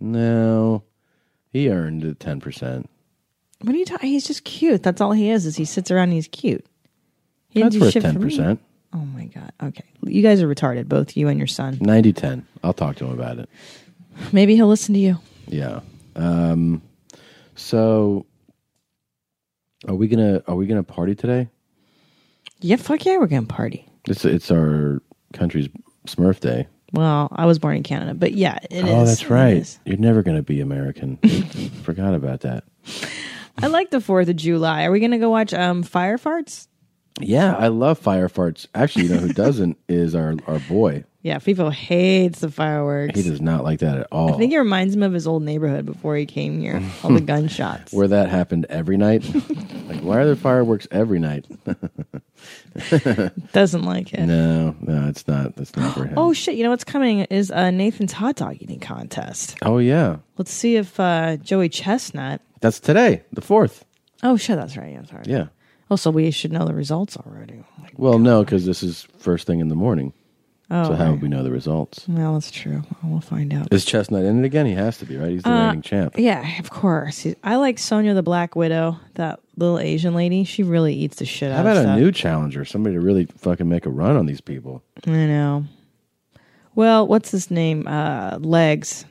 Speaker 2: No. He earned the 10%.
Speaker 3: What are you talking? He's just cute. That's all he is. Is he sits around and he's cute. He didn't
Speaker 2: That's
Speaker 3: do
Speaker 2: worth
Speaker 3: shit for me.
Speaker 2: 10%.
Speaker 3: Oh my god. Okay, you guys are retarded, both you and your son.
Speaker 2: 90 10. I'll talk to him about it.
Speaker 3: Maybe he'll listen to you.
Speaker 2: Yeah. Um, so are we going to are we going to party today?
Speaker 3: Yeah, fuck yeah, we're gonna party.
Speaker 2: It's it's our country's Smurf Day.
Speaker 3: Well, I was born in Canada, but yeah, it is.
Speaker 2: Oh, that's
Speaker 3: It
Speaker 2: right.
Speaker 3: is.
Speaker 2: You're never going to be American. Forgot about that.
Speaker 3: I like the Fourth of July. Are we gonna go watch um Fire Farts?
Speaker 2: Yeah, I love fire farts. Actually, you know who doesn't is our our boy.
Speaker 3: Yeah, FIFO hates the fireworks.
Speaker 2: He does not like that at all.
Speaker 3: I think it reminds him of his old neighborhood before he came here. All the gunshots.
Speaker 2: Where that happened every night. like, why are there fireworks every night?
Speaker 3: Doesn't like it.
Speaker 2: No, no, it's not. That's not for him.
Speaker 3: Oh shit! You know what's coming is uh, Nathan's hot dog eating contest.
Speaker 2: Oh, yeah,
Speaker 3: Let's see if uh, Joey Chestnut.
Speaker 2: that's today, the fourth.
Speaker 3: Oh shit, that's right. I'm sorry.
Speaker 2: Yeah.
Speaker 3: Oh, so we should know the results already.
Speaker 2: Well, no, because this is first thing in the morning.
Speaker 3: Oh,
Speaker 2: so how
Speaker 3: right.
Speaker 2: would we know the results?
Speaker 3: well, that's true. Well, we'll find out.
Speaker 2: Is Chestnut in it again? He has to be, right? He's the
Speaker 3: Uh,
Speaker 2: reigning champ.
Speaker 3: Yeah, of course. He- I like Sonia the Black Widow, that little Asian lady. She really eats the shit
Speaker 2: How
Speaker 3: out
Speaker 2: about
Speaker 3: of
Speaker 2: a
Speaker 3: stuff.
Speaker 2: new challenger? Somebody to really fucking make a run on these people.
Speaker 3: I know. Well, what's his name? Uh, Legs.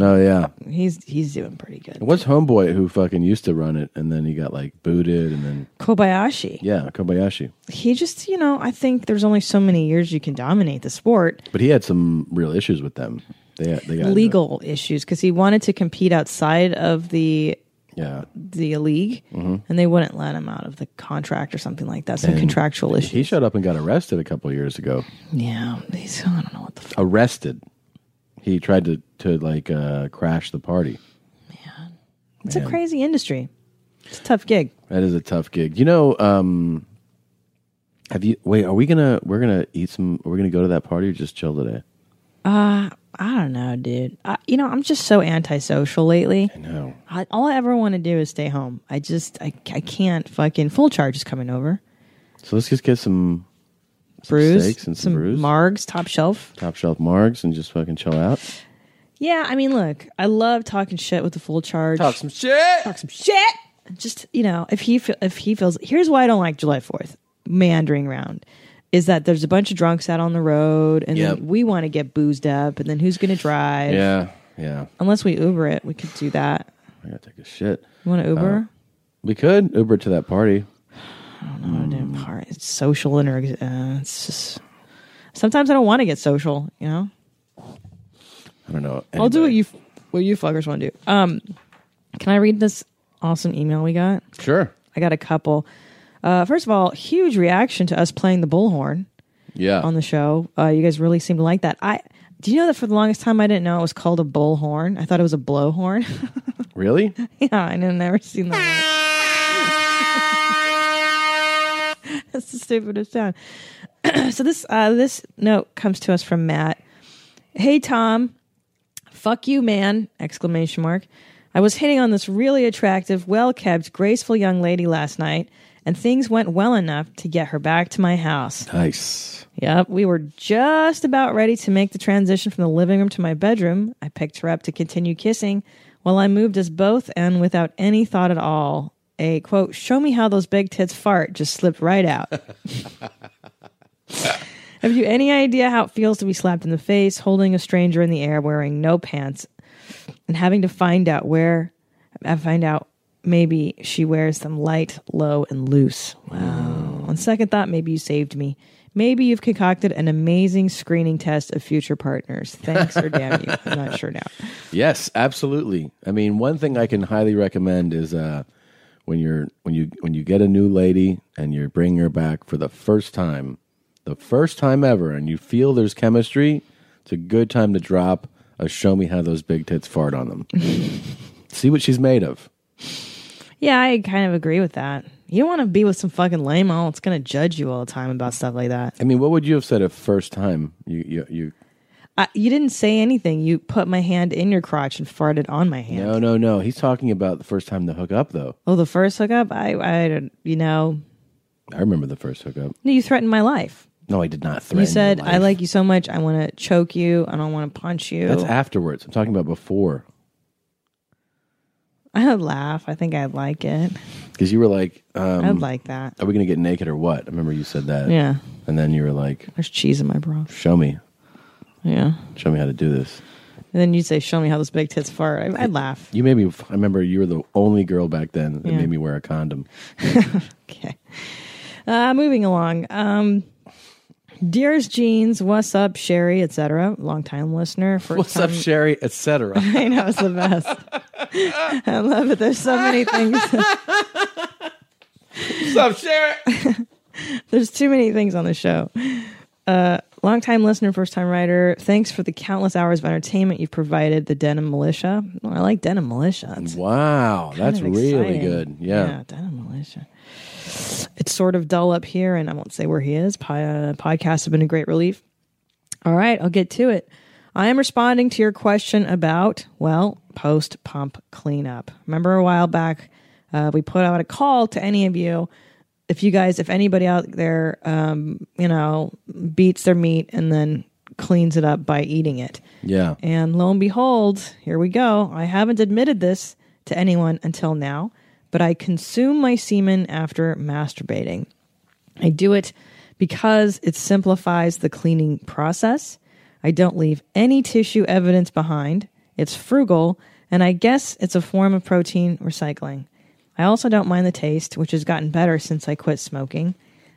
Speaker 2: Oh yeah.
Speaker 3: He's he's doing pretty good.
Speaker 2: What's homeboy who fucking used to run it and then he got like booted and then
Speaker 3: Kobayashi.
Speaker 2: yeah Kobayashi,
Speaker 3: He just, you know, I think there's only so many years you can dominate the sport.
Speaker 2: but he had some real issues with them. They they got into-
Speaker 3: legal issues because he wanted to compete outside of the
Speaker 2: Yeah.
Speaker 3: the league,
Speaker 2: Mm-hmm.
Speaker 3: and they wouldn't let him out of the contract or something like that. Some contractual issue.
Speaker 2: He showed up and got arrested a couple of years ago.
Speaker 3: Yeah, he's, I don't know what the fuck.
Speaker 2: Arrested. He tried to to like uh, crash the party.
Speaker 3: It's a
Speaker 2: Man.
Speaker 3: crazy industry. It's a tough gig.
Speaker 2: That is a tough gig. You know, um have you wait, are we gonna we're gonna eat some are we gonna go to that party or just chill today?
Speaker 3: I don't know, dude. I, you know, I'm just so antisocial lately.
Speaker 2: No.
Speaker 3: I, all I ever want to do is stay home. I just, I, I can't fucking. Full charge is coming over.
Speaker 2: So let's just get some
Speaker 3: Brews,
Speaker 2: steaks and some brews?
Speaker 3: margs, top shelf.
Speaker 2: top shelf margs and just fucking chill out.
Speaker 3: Yeah, I mean, look, I love talking shit with the full charge.
Speaker 2: some shit.
Speaker 3: Talk some shit. Just you know, if he feel, if he feels, here's why I don't like July Fourth meandering round. Is that there's a bunch of drunks out on the road, and
Speaker 2: Yep.
Speaker 3: then we want to get boozed up, and then who's going to drive?
Speaker 2: Yeah, yeah.
Speaker 3: Unless we Uber it, we could do that.
Speaker 2: I gotta take a shit.
Speaker 3: You want to Uber?
Speaker 2: Uh, We could Uber to that party.
Speaker 3: Oh,
Speaker 2: mm.
Speaker 3: damn, hard. It's social and uh, it's just. Sometimes I don't want to get social. You know,
Speaker 2: I don't know.
Speaker 3: I'll do what
Speaker 2: Anybody.
Speaker 3: you what you fuckers want to do. Um, can I read this awesome email we got?
Speaker 2: Sure.
Speaker 3: I got a couple. Uh, first of all, huge reaction to us playing the bullhorn
Speaker 2: Yeah.
Speaker 3: on the show. Uh, you guys really seem to like that. I do you know that for the longest time I didn't know it was called a bullhorn. I thought it was a blowhorn.
Speaker 2: really?
Speaker 3: yeah, I had never seen that. word. That's the stupidest sound. so this uh, this note comes to us from Matt. Hey Tom, fuck you, man! Exclamation mark. I was hitting on this really attractive, well kept, graceful young lady last night, and things went well enough to get her back to my house.
Speaker 2: Nice.
Speaker 3: Yep, we were just about ready to make the transition from the living room to my bedroom. I picked her up to continue kissing while I moved us both and without any thought at all. A quote, show me how those big tits fart just slipped right out. Have you any idea how it feels to be slapped in the face, holding a stranger in the air, wearing no pants, and having to find out where I find out maybe she wears them light, low, and loose. Wow. On second thought, maybe you saved me. Maybe you've concocted an amazing screening test of future partners. Thanks or damn you. I'm not sure now.
Speaker 2: Yes, absolutely. I mean, one thing I can highly recommend is uh, when you're when you when you get a new lady and you're bringing her back for the first time, the first time ever, and you feel there's chemistry. It's a good time to drop a "Show me how those big tits fart on them." See what she's made of.
Speaker 3: Yeah, I kind of agree with that. You don't want to be with some fucking lame all that's going to judge you all the time about stuff like that.
Speaker 2: I mean, what would you have said if first time you you you?
Speaker 3: I, you didn't say anything. You put my hand in your crotch and farted on my hand.
Speaker 2: No, no, no. He's talking about the first time to hook up, though.
Speaker 3: Oh, the first hookup? I, I don't, you know,
Speaker 2: I remember the first hookup.
Speaker 3: no, you threatened my life.
Speaker 2: No, I did not threaten.
Speaker 3: You
Speaker 2: your
Speaker 3: said, I
Speaker 2: life."
Speaker 3: like you so much. I want to choke you. I don't want to punch you.
Speaker 2: That's afterwards. I'm talking about before.
Speaker 3: I would laugh. I think I'd like it.
Speaker 2: Because you were like, um,
Speaker 3: I'd like that.
Speaker 2: "Are we going to get naked or what?" I remember you said that.
Speaker 3: Yeah.
Speaker 2: And then you were like,
Speaker 3: There's cheese in my bra.
Speaker 2: "Show me,
Speaker 3: Yeah.
Speaker 2: show me how to do this."
Speaker 3: And then you'd say, Show me how this big tits fart. I, I'd laugh.
Speaker 2: You made me. I remember you were the only girl back then that
Speaker 3: Yeah.
Speaker 2: made me wear a condom.
Speaker 3: Okay. Uh, moving along. Um, Dearest Jeans, what's up, Sherry, etc. Long time listener. First
Speaker 2: What's up,
Speaker 3: time-
Speaker 2: Sherry? Etc.
Speaker 3: I know it's the best. I love it. There's so many things.
Speaker 2: What's up, Sherry?
Speaker 3: There's too many things on the show. Uh, longtime listener, first time writer. Thanks for the countless hours of entertainment you've provided the Denim Militia. Oh, I like Denim Militia. It's
Speaker 2: Wow, that's
Speaker 3: kind of
Speaker 2: really
Speaker 3: exciting.
Speaker 2: good. Yeah.
Speaker 3: Denim Militia. It's sort of dull up here, and I won't say where he is. Po- uh, podcasts have been a great relief. All right, I'll get to it. I am responding to your question about, well, post pump cleanup. Remember a while back, uh, we put out a call to any of you. If you guys, if anybody out there, um, you know, beats their meat and then cleans it up by eating it.
Speaker 2: yeah,
Speaker 3: And lo and behold, here we go. I haven't admitted this to anyone until now, but I consume my semen after masturbating. I do it because it simplifies the cleaning process. I don't leave any tissue evidence behind. It's frugal, and I guess it's a form of protein recycling. I also don't mind the taste, which has gotten better since I quit smoking.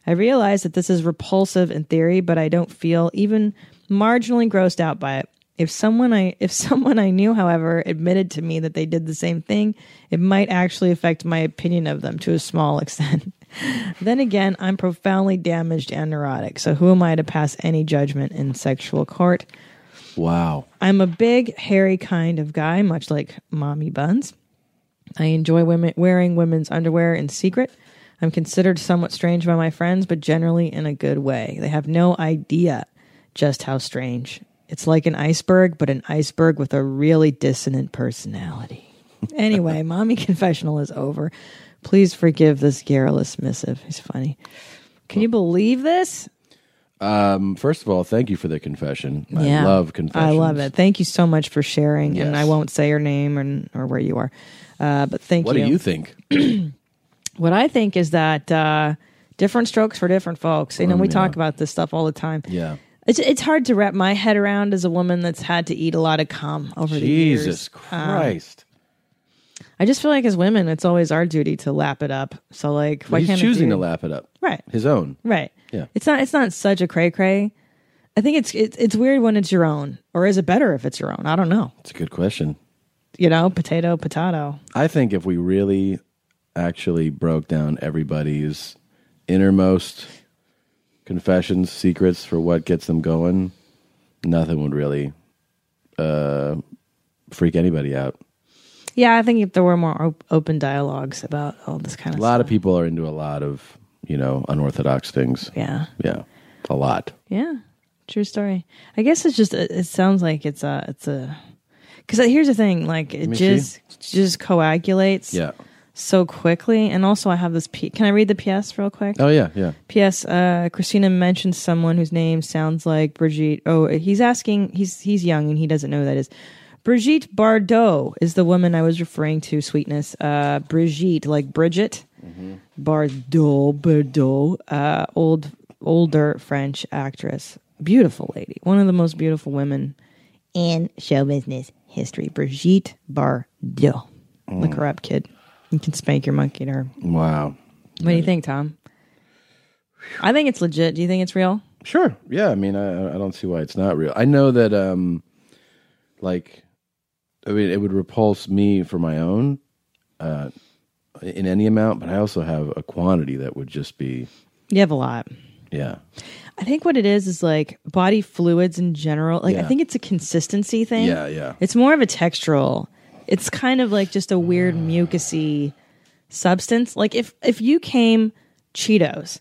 Speaker 3: I realize that this is repulsive in theory, but I don't feel even marginally grossed out by it. If someone I if someone I knew, however, admitted to me that they did the same thing, it might actually affect my opinion of them to a small extent. then again, I'm profoundly damaged and neurotic, so who am I to pass any judgment in sexual court?
Speaker 2: Wow.
Speaker 3: I'm a big, hairy kind of guy, much like mommy buns. I enjoy women wearing women's underwear in secret. I'm considered somewhat strange by my friends, but generally in a good way. They have no idea just how strange. It's like an iceberg, but an iceberg with a really dissonant personality. Anyway, mommy confessional is over. Please forgive this garrulous missive. He's funny. Can you believe this?
Speaker 2: Um, First of all, thank you for the confession. I
Speaker 3: Yeah.
Speaker 2: love confessions.
Speaker 3: I love it. Thank you so much for sharing.
Speaker 2: Yes.
Speaker 3: And I won't say your name and or where you are. Uh, but thank
Speaker 2: What
Speaker 3: you.
Speaker 2: do you think?
Speaker 3: what I think is that uh, different strokes for different folks. You know, we talk about this stuff all the time.
Speaker 2: Oh, Yeah.
Speaker 3: It's, it's hard to wrap my head around as a woman that's had to eat a lot of cum over the years. uh,
Speaker 2: Jesus Christ.
Speaker 3: I just feel like as women, it's always our duty to lap it up. So like, why
Speaker 2: He's
Speaker 3: can't a
Speaker 2: choosing to
Speaker 3: dude-
Speaker 2: lap it up.
Speaker 3: Right.
Speaker 2: His own.
Speaker 3: Right.
Speaker 2: Yeah.
Speaker 3: It's not. It's not such a cray cray. I think it's it's it's weird when it's your own, or is it better if it's your own? I don't know.
Speaker 2: It's a good question.
Speaker 3: You know, potato, potato.
Speaker 2: I think if we really actually broke down everybody's innermost confessions, secrets for what gets them going, nothing would really uh, freak anybody out.
Speaker 3: Yeah, I think if there were more op- open dialogues about all this kind of
Speaker 2: A lot
Speaker 3: stuff.
Speaker 2: of people are into a lot of, you know, unorthodox things.
Speaker 3: yeah.
Speaker 2: Yeah. A lot.
Speaker 3: Yeah, true story. I guess it's just it, it sounds like it's a it's a because here's the thing like it
Speaker 2: me
Speaker 3: just just coagulates
Speaker 2: Yeah.
Speaker 3: so quickly, and also I have this. P- Can I read the PS real quick?
Speaker 2: Oh, yeah. Yeah.
Speaker 3: P.S. Uh, Christina mentions someone whose name sounds like Brigitte. Oh, he's asking. He's he's young and he doesn't know who that is. Brigitte Bardot is the woman I was referring to. Sweetness, uh, Brigitte, like Bridget Bardot, Bardot, uh, old older French actress, beautiful lady, one of the most beautiful women in show business history. Brigitte Bardot. Look her up, kid. You can spank your monkey to her.
Speaker 2: Wow.
Speaker 3: What do you think, Tom? I think it's legit. Do you think it's real?
Speaker 2: Sure. Yeah. I mean, I, I don't see why it's not real. I know that, um, like, I mean, it would repulse me for my own, uh, in any amount, but I also have a quantity that would just be,
Speaker 3: You have a lot.
Speaker 2: yeah.
Speaker 3: I think what it is is like body fluids in general. Like I
Speaker 2: Yeah.
Speaker 3: think it's a consistency thing.
Speaker 2: Yeah, yeah.
Speaker 3: It's more of a textural. It's kind of like just a weird mucusy substance. Like if if you came Cheetos,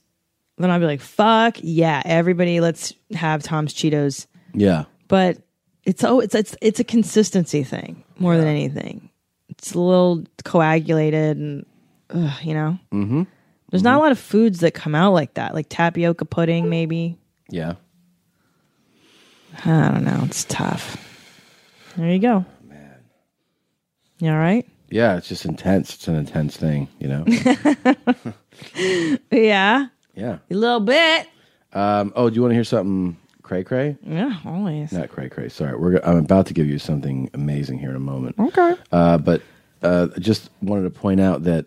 Speaker 3: then I'd be like, "Fuck yeah, everybody, let's have Tom's Cheetos."
Speaker 2: Yeah.
Speaker 3: But it's oh, it's it's it's a consistency thing more than anything. It's a little coagulated and ugh, you know. Mm-hmm. There's not a lot of foods that come out like that, like tapioca pudding, maybe.
Speaker 2: Yeah.
Speaker 3: I don't know. It's tough. There you go. Oh, Man. You all right?
Speaker 2: Yeah. It's just intense. It's an intense thing, you know?
Speaker 3: Yeah.
Speaker 2: yeah.
Speaker 3: A little bit.
Speaker 2: Um, oh, do you want to hear something cray cray?
Speaker 3: Yeah, always.
Speaker 2: Not cray cray. Sorry. We're, go- I'm about to give you something amazing here in a moment.
Speaker 3: Okay.
Speaker 2: Uh, but uh, just wanted to point out that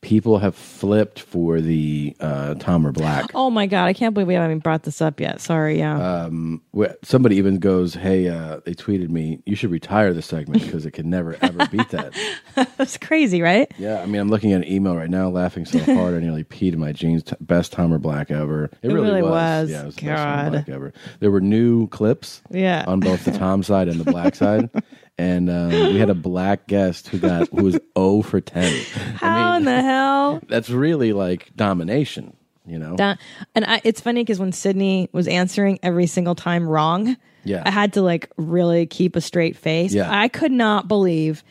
Speaker 2: people have flipped for the uh, Tom or Black.
Speaker 3: Oh my god, I can't believe we haven't brought this up yet. Sorry, yeah.
Speaker 2: Where Somebody even goes, "Hey, uh, they tweeted me. You should retire the segment because it can never ever beat that."
Speaker 3: That's crazy, right?
Speaker 2: yeah, I mean, I'm looking at an email right now, laughing so hard I nearly peed in my jeans. T- best Tom or Black ever. It,
Speaker 3: really was.
Speaker 2: Yeah, it was the best Tom or
Speaker 3: God.
Speaker 2: Black ever. There were new clips.
Speaker 3: Yeah.
Speaker 2: on both the Tom side and the Black side. And um, we had a black guest who got who was 0 for 10.
Speaker 3: How in the hell?
Speaker 2: that's really like domination, you know?
Speaker 3: That- and I, it's funny because when Sydney was answering every single time wrong,
Speaker 2: Yeah.
Speaker 3: I had to like really keep a straight face.
Speaker 2: Yeah.
Speaker 3: I could not believe.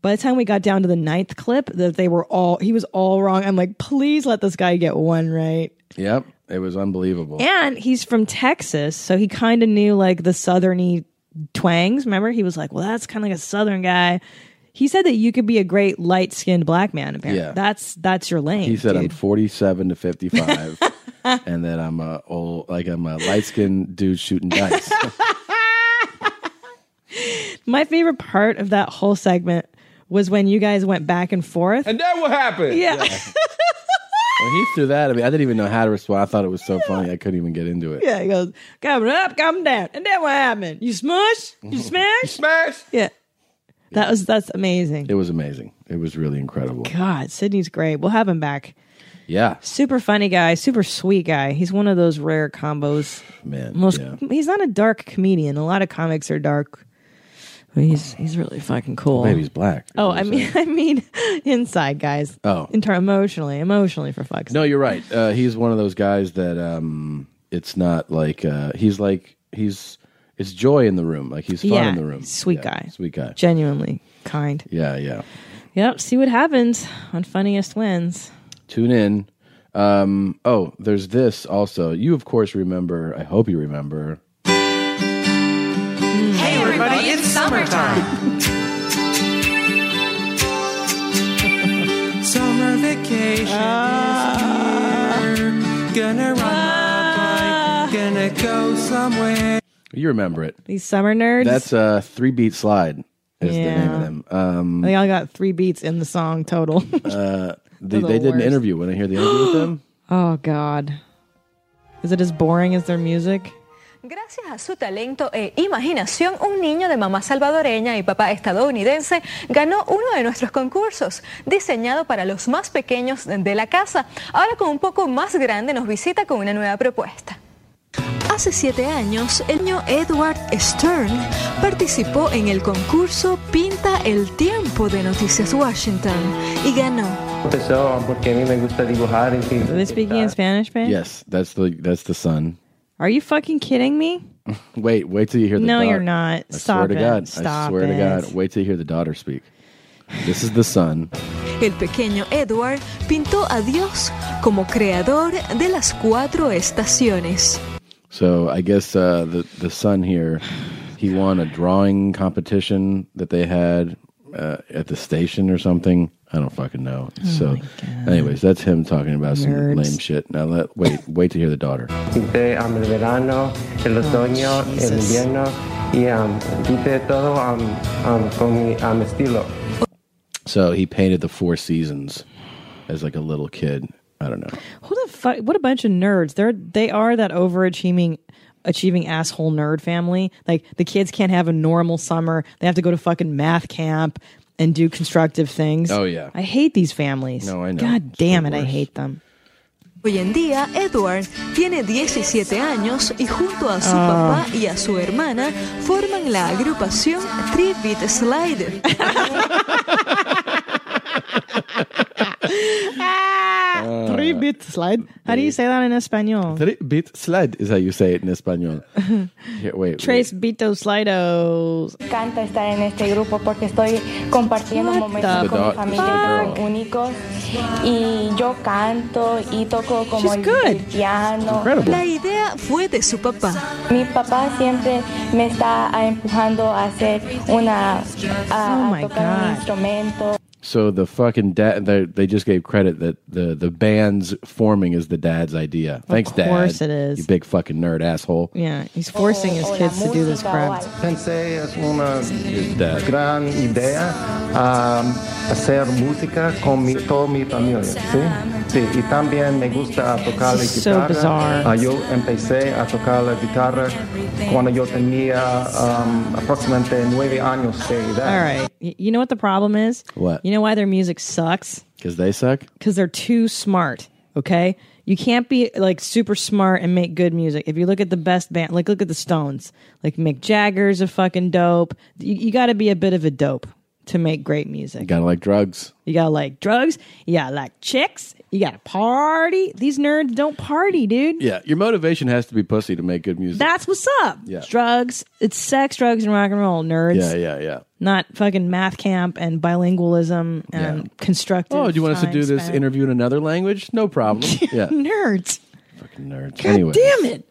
Speaker 3: By the time we got down to the ninth clip, that they were all he was all wrong. I'm like, please let this guy get one right.
Speaker 2: yep. It was unbelievable.
Speaker 3: And he's from Texas, so he kind of knew like the southerny twangs. Remember, he was like, "Well, that's kind of like a southern guy." He said that you could be a great light-skinned black man. Apparently,
Speaker 2: Yeah.
Speaker 3: that's that's your lane.
Speaker 2: he said, I'm
Speaker 3: dude.
Speaker 2: 47 to 55. and that I'm a old, like I'm a light skinned dude shooting dice.
Speaker 3: My favorite part of that whole segment was when you guys went back and forth.
Speaker 6: And that will happen.
Speaker 3: yeah.
Speaker 2: When he threw that at me. I didn't even know how to respond. I thought it was so funny. I couldn't even get into it.
Speaker 3: Yeah, he goes, come up, come down. And then what happened? You smush? You smash?
Speaker 2: Smash!
Speaker 3: yeah. That was that's amazing.
Speaker 2: It was amazing. It was really incredible.
Speaker 3: God, Sydney's great. We'll have him back.
Speaker 2: Yeah,
Speaker 3: Super funny guy, super sweet guy. He's one of those rare combos.
Speaker 2: man.
Speaker 3: Most
Speaker 2: yeah.
Speaker 3: he's not a dark comedian. A lot of comics are dark. But he's he's really fucking cool.
Speaker 2: Maybe he's black. is
Speaker 3: Oh,
Speaker 2: what
Speaker 3: I
Speaker 2: you're
Speaker 3: mean,
Speaker 2: saying.
Speaker 3: I mean, inside guys.
Speaker 2: Oh.
Speaker 3: Inter- emotionally, emotionally for fucks.
Speaker 2: No, you're right. Uh, he's one of those guys that um, it's not like uh, he's like he's it's joy in the room. Like he's fun
Speaker 3: Yeah,
Speaker 2: in the room.
Speaker 3: sweet
Speaker 2: Yeah,
Speaker 3: guy.
Speaker 2: Sweet guy.
Speaker 3: genuinely kind.
Speaker 2: Yeah, yeah.
Speaker 3: Yep. See what happens on funniest wins.
Speaker 2: Tune in. Um, oh, there's this also. You of course remember. I hope you remember.
Speaker 9: Hey, everybody, it's summertime.
Speaker 6: Summer vacation is here. Gonna run my bike, gonna go somewhere.
Speaker 2: You remember it.
Speaker 3: These summer nerds.
Speaker 2: That's uh, three beat slide. Is
Speaker 3: Yeah.
Speaker 2: the name of them. Um,
Speaker 3: they all got three beats in the song total.
Speaker 2: they,
Speaker 3: the
Speaker 2: they did an
Speaker 3: worst.
Speaker 2: interview. When I hear the interview with them,
Speaker 3: oh God. Is it as boring as their music?
Speaker 11: Gracias a su talento e imaginación, un niño de mamá salvadoreña y papá estadounidense ganó uno de nuestros concursos, diseñado para los más pequeños de la casa. Ahora con un poco más grande nos visita con una nueva propuesta. Hace siete años, el niño Edward Stern participó en el concurso Pinta el Tiempo de Noticias Washington y ganó
Speaker 6: Empezó Este porque a mí me gusta dibujar y
Speaker 3: Are they speaking in Spanish, man?
Speaker 2: yes, that's the that's the son.
Speaker 3: Are you fucking kidding me?
Speaker 2: Wait, wait till you hear the
Speaker 3: No,
Speaker 2: daughter.
Speaker 3: you're not.
Speaker 2: I swear
Speaker 3: Stop
Speaker 2: to
Speaker 3: it.
Speaker 2: God. I
Speaker 3: Stop
Speaker 2: swear to God.
Speaker 3: it.
Speaker 2: Wait till you hear the daughter speak. This is the son.
Speaker 11: El pequeño Edward pintó a Dios como creador de las cuatro estaciones.
Speaker 2: So I guess uh, the the son here, he won a drawing competition that they had uh, at the station or something. I don't fucking know. so, anyways, that's him talking about some
Speaker 3: Oh Nerds.
Speaker 2: lame shit. Now let wait wait to hear the daughter.
Speaker 6: Pinté um, el verano, el otoño, el
Speaker 3: Oh, Jesus.
Speaker 6: invierno y um, pinté todo um, um, con mi um, estilo.
Speaker 2: So he painted the four seasons as like a little kid. I don't know.
Speaker 3: Who the fuck? What a bunch of nerds! They're they are that overachieving, achieving asshole nerd family. Like the kids can't have a normal summer; they have to go to fucking math camp and do constructive things.
Speaker 2: Oh, yeah.
Speaker 3: I hate these families.
Speaker 2: No, I know.
Speaker 3: God
Speaker 2: It's
Speaker 3: damn
Speaker 2: the
Speaker 3: it, I
Speaker 2: worst.
Speaker 3: hate them.
Speaker 11: Hoy en día, Edward tiene 17 años y junto a su papá y a su hermana forman la agrupación Three Beat Slider.
Speaker 3: Three bit slide. How do you say that in Espanol?
Speaker 2: Three bit slide is how you say it in Espanol. Here, wait,
Speaker 3: Tres bito slidos.
Speaker 12: encanta estar en este grupo porque estoy compartiendo
Speaker 3: What
Speaker 12: momentos
Speaker 3: the
Speaker 12: con mi
Speaker 2: fuck?
Speaker 12: familia y son únicos y yo canto y toco como
Speaker 3: She's
Speaker 12: el,
Speaker 3: good.
Speaker 12: el piano.
Speaker 2: Incredible.
Speaker 11: La idea fue de su papá.
Speaker 12: Mi papá siempre me está ah, empujando a hacer una a,
Speaker 3: Oh
Speaker 12: a
Speaker 3: my
Speaker 12: tocar un
Speaker 3: God.
Speaker 12: instrumento.
Speaker 2: So the fucking dad, they, they just gave credit that the the band's forming is the dad's idea. Thanks, dad.
Speaker 3: course it is.
Speaker 2: You big fucking nerd asshole.
Speaker 3: Yeah, he's forcing his
Speaker 12: o la
Speaker 3: kids to do this
Speaker 12: música o
Speaker 3: crap.
Speaker 12: algo.
Speaker 6: Pensé es una
Speaker 2: Here's dad.
Speaker 6: gran idea um, hacer música con mi, toda mi familia, ¿sí? Sí, y también me gusta tocar la
Speaker 3: This is so
Speaker 6: guitarra.
Speaker 3: bizarre.
Speaker 6: Ah, yo empecé a tocar la guitarra cuando yo tenía um, aproximadamente nueve años de edad.
Speaker 3: All right, Y- you know what the problem is?
Speaker 2: What?
Speaker 3: You know why their music sucks?
Speaker 2: Because they suck.
Speaker 3: because they're too smart. Okay, you can't be like super smart and make good music. If you look at the best band, like look at the Stones, like Mick Jagger's a fucking dope. You, you got to be a bit of a dope to make great music.
Speaker 2: Gotta like drugs.
Speaker 3: You got to like drugs. You got to like chicks. You got to party. These nerds don't party, dude.
Speaker 2: Yeah, your motivation has to be pussy to make good music.
Speaker 3: That's what's up.
Speaker 2: Yeah.
Speaker 3: Drugs. It's sex, drugs, and rock and roll, nerds.
Speaker 2: yeah, yeah, yeah.
Speaker 3: Not fucking math camp and bilingualism and
Speaker 2: Yeah.
Speaker 3: constructive.
Speaker 2: Oh, do you want us to
Speaker 3: time
Speaker 2: do this
Speaker 3: spent.
Speaker 2: interview in another language? No problem. Yeah,
Speaker 3: Nerds.
Speaker 2: fucking nerds.
Speaker 3: God
Speaker 2: anyway,
Speaker 3: damn it.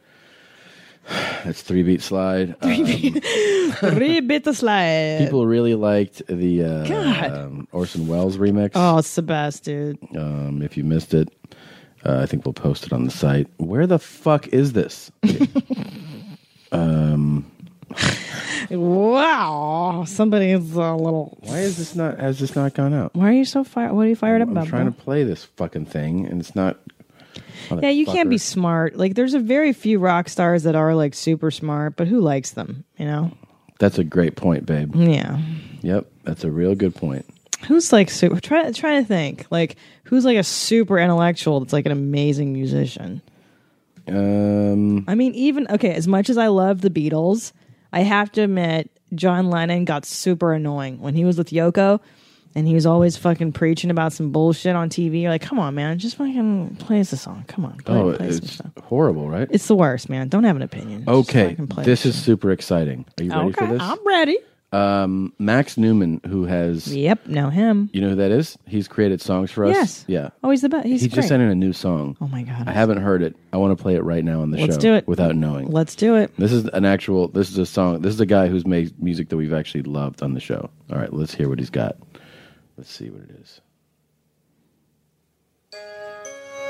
Speaker 2: that's three beat slide. Uh,
Speaker 3: Three bit the slide.
Speaker 2: people really liked the
Speaker 3: God.
Speaker 2: uh, um, Orson Welles remix.
Speaker 3: Oh, it's the best, dude.
Speaker 2: Um, if you missed it, uh, I think we'll post it on the site. Where the fuck is this?
Speaker 3: wow, somebody's a little.
Speaker 2: Why is this not? Has this not gone out?
Speaker 3: Why are you so fired? What are you fired up
Speaker 2: I'm
Speaker 3: about?
Speaker 2: trying
Speaker 3: bro?
Speaker 2: to play this fucking thing, and it's not.
Speaker 3: Yeah, you can't be
Speaker 2: Motherfucker.
Speaker 3: smart. Like, there's a very few rock stars that are like super smart, but who likes them? You know?
Speaker 2: That's a great point, babe.
Speaker 3: Yeah.
Speaker 2: Yep, that's a real good point.
Speaker 3: Who's like super? Try trying to think. Like, who's like a super intellectual that's like an amazing musician?
Speaker 2: Um,
Speaker 3: I mean, even okay. As much as I love the Beatles, I have to admit John Lennon got super annoying when he was with Yoko, and he was always fucking preaching about some bullshit on TV. You're like, come on, man, just fucking play us a song. Come on, play,
Speaker 2: oh,
Speaker 3: play some
Speaker 2: it's
Speaker 3: stuff.
Speaker 2: horrible, right?
Speaker 3: It's the worst, man. Don't have an opinion. Just
Speaker 2: Okay,
Speaker 3: fucking play
Speaker 2: this is super exciting. Are you ready
Speaker 3: okay,
Speaker 2: for this?
Speaker 3: I'm ready.
Speaker 2: Um, Max Newman, who has
Speaker 3: Yep, know him.
Speaker 2: you know who that is? He's created songs for us.
Speaker 3: Yes.
Speaker 2: Yeah.
Speaker 3: Oh, he's the best. He's
Speaker 2: he
Speaker 3: great.
Speaker 2: just sent in a new song.
Speaker 3: Oh my god.
Speaker 2: I haven't heard it. I want to play it right now on the
Speaker 3: Let's
Speaker 2: show.
Speaker 3: do it.
Speaker 2: without knowing.
Speaker 3: Let's do it.
Speaker 2: This is an actual. This is a song. This is a guy who's made music that we've actually loved on the show. All right, let's hear what he's got. Let's see what it is.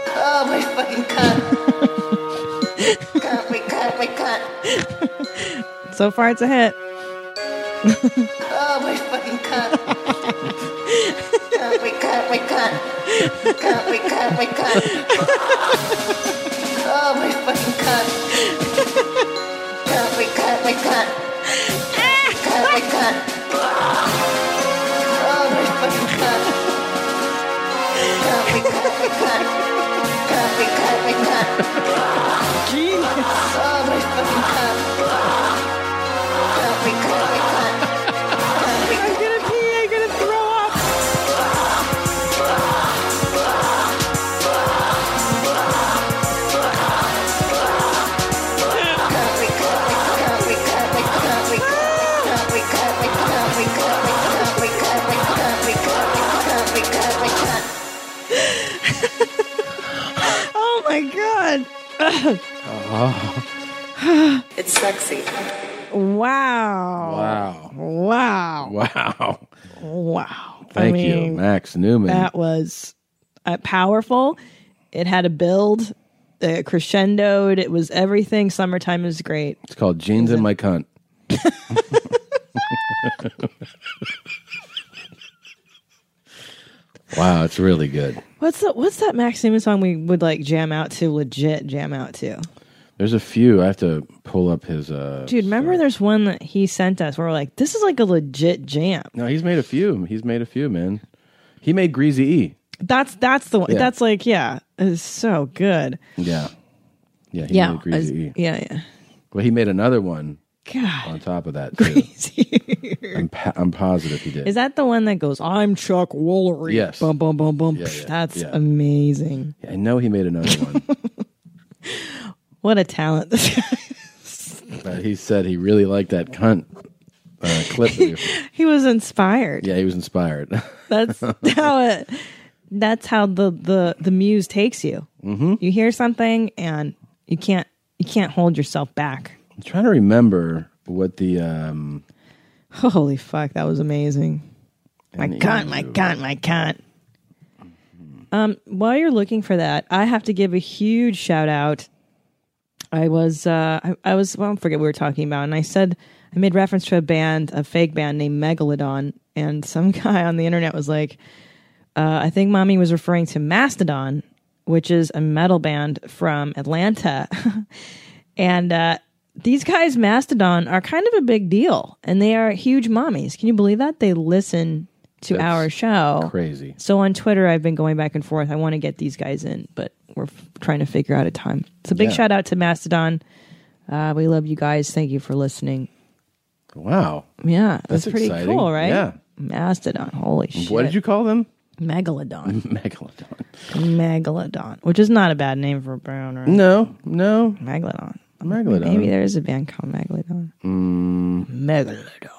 Speaker 13: Oh my fucking cunt. cunt, my cunt, my cunt.
Speaker 3: So far, it's a hit.
Speaker 13: Oh my fucking cunt. cunt, my cunt, my cunt. Cunt, my cunt, my cunt. Oh my fucking cunt. Cunt, my cunt, my cunt. Cunt, my cunt. Oh my fucking cunt. Cunt, my cunt, my cunt. Cunt, my cunt, my cunt. Oh my fucking cunt. Cunt, my cunt, my cunt. I'm gonna pee, I'm gonna throw up.
Speaker 3: Oh my god.
Speaker 13: It's sexy.
Speaker 3: wow. Wow. Wow.
Speaker 2: Wow.
Speaker 3: Wow. I
Speaker 2: Thank you,
Speaker 3: mean,
Speaker 2: Max Newman.
Speaker 3: That was uh, powerful. It had a build. It crescendoed. It was everything. Summertime is great.
Speaker 2: It's called Jeans and My Cunt. wow, it's really good.
Speaker 3: What's the What's that Max Newman song we would like jam out to? Legit jam out to.
Speaker 2: There's a few. I have to pull up his. uh
Speaker 3: Dude, remember there's one that he sent us where we're like, this is like a legit jam.
Speaker 2: No, he's made a few. He's made a few, man. He made Greasy E.
Speaker 3: That's that's the one.
Speaker 2: Yeah.
Speaker 3: That's like yeah, it's so good.
Speaker 2: Yeah, yeah, he
Speaker 3: yeah,
Speaker 2: made Greasy E.
Speaker 3: as- yeah, yeah.
Speaker 2: Well, he made another one.
Speaker 3: God.
Speaker 2: On top of that, too. I'm, pa- I'm positive he did.
Speaker 3: Is that the one that goes? I'm Chuck Woolery.
Speaker 2: Yes.
Speaker 3: Bum bum bum bum.
Speaker 2: Yeah, yeah,
Speaker 3: that's
Speaker 2: yeah.
Speaker 3: amazing.
Speaker 2: I know he made another one,
Speaker 3: What a talent this guy.
Speaker 2: but he said he really liked that cunt uh, clip. that you-
Speaker 3: He was inspired.
Speaker 2: yeah, he was inspired.
Speaker 3: That's how it. That's how the the the muse takes you. Mm-hmm. You hear something and you can't you can't hold yourself back.
Speaker 2: I'm trying to remember what the um
Speaker 3: Holy fuck, that was amazing. My
Speaker 2: And
Speaker 3: cunt, my cunt, my cunt. Um, while you're looking for that, I have to give a huge shout out. I was, uh, I, I was, well, I forget what we were talking about, and I said I made reference to a band, a fake band named Megalodon, and some guy on the internet was like, uh, I think mommy was referring to Mastodon, which is a metal band from Atlanta. and uh, these guys, Mastodon, are kind of a big deal and they are huge mommies. Can you believe that? They listen to
Speaker 2: That's
Speaker 3: our show.
Speaker 2: crazy.
Speaker 3: So on Twitter, I've been going back and forth. I want to get these guys in, but we're f- trying to figure out a time. So big
Speaker 2: Yeah.
Speaker 3: shout out to Mastodon. Uh, we love you guys. Thank you for listening.
Speaker 2: Wow.
Speaker 3: Yeah,
Speaker 2: That's
Speaker 3: that's, pretty
Speaker 2: exciting.
Speaker 3: cool, right?
Speaker 2: Yeah.
Speaker 3: Mastodon. Holy shit.
Speaker 2: What did you call them?
Speaker 3: Megalodon.
Speaker 2: Megalodon.
Speaker 3: Megalodon, which is not a bad name for a brown, right?
Speaker 2: No, no.
Speaker 3: Megalodon.
Speaker 2: Mm. Megalodon.
Speaker 3: Maybe there is a band called Megalodon.
Speaker 2: Mm,
Speaker 3: Megalodon.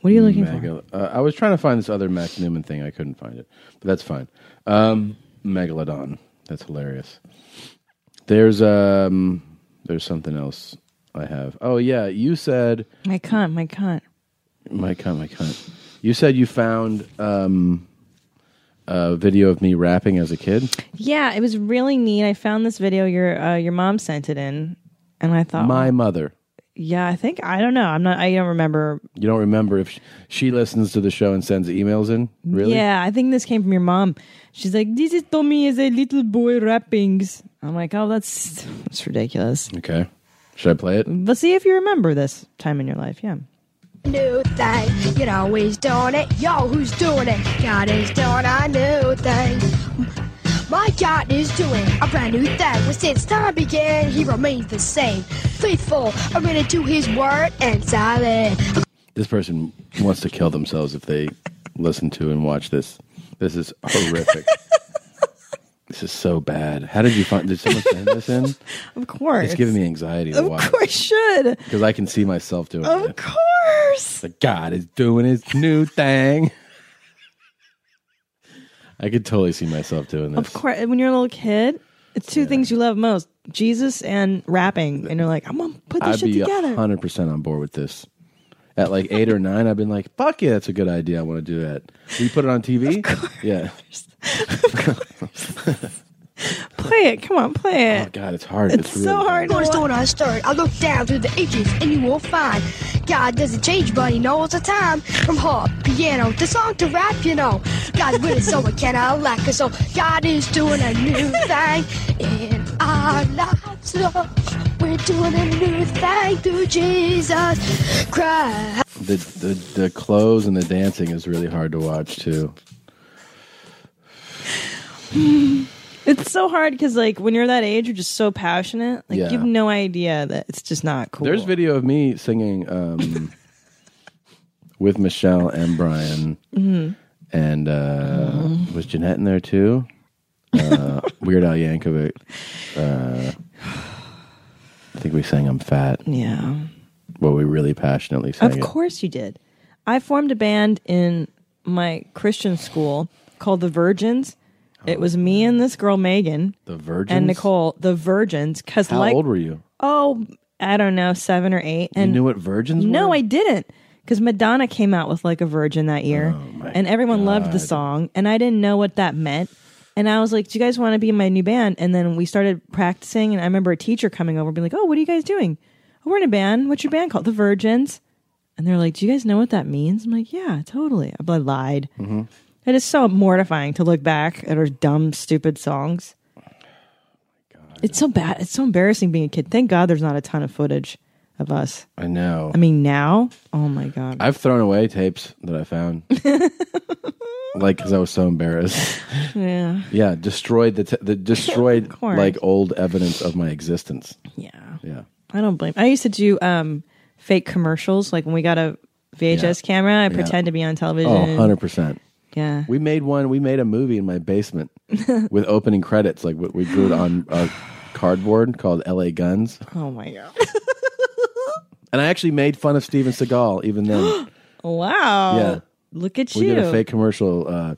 Speaker 3: What are you looking for?
Speaker 2: Megal- uh, I was trying to find this other Max Newman thing. I couldn't find it, but that's fine. Um, Megalodon. That's hilarious. There's um, there's something else I have. Oh yeah, you said
Speaker 3: My cunt, my cunt.
Speaker 2: my cunt, my cunt. You said you found um, a video of me rapping as a kid.
Speaker 3: Yeah, it was really neat. I found this video. Your uh, your mom sent it in, and I thought
Speaker 2: My mother.
Speaker 3: Yeah, I think I don't know. I'm not. I don't remember.
Speaker 2: You don't remember if she, she listens to the show and sends emails in? Really?
Speaker 3: Yeah, I think this came from your mom. She's like, "This is Tommy as a little boy rappings." I'm like, "Oh, that's that's ridiculous."
Speaker 2: Okay. Should I play it?
Speaker 3: Let's see if you remember this time in your life. Yeah.
Speaker 14: new thing. You know who's doing it. Yo, who's doing it? God is doing a new thing. My God is doing a brand new thing. But since time began, he remains the same. Faithful, committed to his word and solid.
Speaker 2: This person wants to kill themselves if they listen to and watch this. This is horrific. this is so bad. How did you find? Did someone send this in?
Speaker 3: Of course.
Speaker 2: It's giving me anxiety to
Speaker 3: Of
Speaker 2: watch
Speaker 3: course, should.
Speaker 2: because I can see myself doing it.
Speaker 3: Of course.
Speaker 2: The God is doing his new thing. I could totally see myself doing this.
Speaker 3: Of course, when you're a little kid, it's two things you love most: Jesus and rapping. And you're like, "I'm gonna put this
Speaker 2: I'd
Speaker 3: shit
Speaker 2: be
Speaker 3: together."
Speaker 2: hundred percent on board with this. At like eight or nine, I've been like, "Fuck yeah, that's a good idea. I want to do that." We put it on TV. Yeah.
Speaker 3: Play it. Come on, play it.
Speaker 2: Oh, God, it's hard. It's, really
Speaker 14: hard. Lord, don't I start. I look down through the ages and you will find God doesn't change, but He knows the time. From harp, piano, to song to rap, you know. God's with us, so we cannot lack us. So God is doing a new thing in our lives. Lord. We're doing a new thing through Jesus Christ.
Speaker 2: The, the the clothes and the dancing is really hard to watch too.
Speaker 3: it's so hard because, like, when you're that age, you're just so passionate. Like,
Speaker 2: Yeah.
Speaker 3: you have no idea that it's just not cool.
Speaker 2: There's video of me singing um, with Michelle and Brian,
Speaker 3: Mhm.
Speaker 2: and uh,
Speaker 3: Mm-hmm.
Speaker 2: was Jeanette in there too? Uh, Weird Al Yankovic. Uh, I think we sang "I'm Fat."
Speaker 3: Yeah.
Speaker 2: Well, we really passionately sang
Speaker 3: Of
Speaker 2: it.
Speaker 3: course you did. I formed a band in my Christian school called the Virgins. It was me and this girl Megan.
Speaker 2: The Virgins?
Speaker 3: and Nicole, the Virgins. Because
Speaker 2: How
Speaker 3: like,
Speaker 2: old were you?
Speaker 3: Oh, I don't know, seven or eight. And
Speaker 2: you knew what virgins?
Speaker 3: no,
Speaker 2: were?
Speaker 3: I didn't. Because Madonna came out with like a virgin that year, and everyone loved the
Speaker 2: God.
Speaker 3: song, and I didn't know what that meant. And I was like, "Do you guys want to be in my new band?" And then we started practicing, and I remember a teacher coming over, and being like, "Oh, what are you guys doing? Oh, we're in a band. What's your band called? The Virgins." And they're like, "Do you guys know what that means?" I'm like, "Yeah, totally." I lied. It is so mortifying to look back at our dumb, stupid songs. It's so bad. It's so embarrassing being a kid. Thank God there's not a ton of footage of us.
Speaker 2: I know.
Speaker 3: I mean, now, oh my God.
Speaker 2: I've thrown away tapes that I found, like because I was so embarrassed.
Speaker 3: Yeah.
Speaker 2: Yeah, destroyed the t- the destroyed
Speaker 3: course.
Speaker 2: like old evidence of my existence.
Speaker 3: Yeah,
Speaker 2: yeah.
Speaker 3: I don't blame. I used to do um, fake commercials. Like when we got a VHS camera, I
Speaker 2: Yeah.
Speaker 3: pretend to be on television.
Speaker 2: Oh, 100 percent.
Speaker 3: Yeah.
Speaker 2: We made one. We made a movie in my basement with opening credits. Like we, we drew it on a cardboard called "L.A. Guns,"
Speaker 3: Oh my God.
Speaker 2: and I actually made fun of Steven Seagal even then.
Speaker 3: Wow.
Speaker 2: Yeah.
Speaker 3: Look at
Speaker 2: we
Speaker 3: you.
Speaker 2: did a fake commercial uh,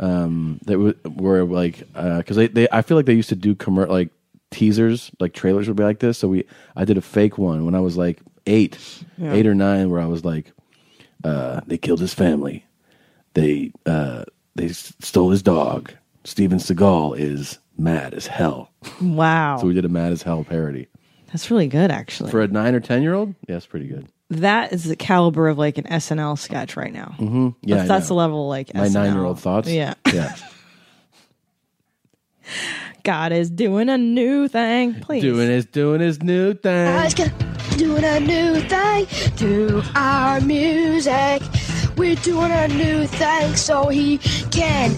Speaker 2: um, that w- were like because they, they I feel like they used to do commer- like teasers like trailers would be like this. So we I did a fake one when I was like eight,
Speaker 10: Yeah.
Speaker 2: eight or nine, where I was like, uh, they killed his family, they uh, they s- stole his dog. Steven Seagal is mad as hell.
Speaker 3: Wow.
Speaker 2: So we did a mad as hell parody
Speaker 3: That's really good, actually.
Speaker 2: for a nine or ten year old. Yeah, it's pretty good.
Speaker 3: that is the caliber of like an SNL sketch right now.
Speaker 2: Mm-hmm. Yeah,
Speaker 3: that's,
Speaker 2: I
Speaker 3: that's the
Speaker 2: know.
Speaker 3: level like
Speaker 2: my
Speaker 3: SNL.
Speaker 2: nine year old thoughts.
Speaker 3: Yeah.
Speaker 2: yeah.
Speaker 3: God is doing a new thing. Please.
Speaker 2: doing his doing his new thing.
Speaker 14: Us gonna- doing a new thing through our music. We're doing a new thing so he can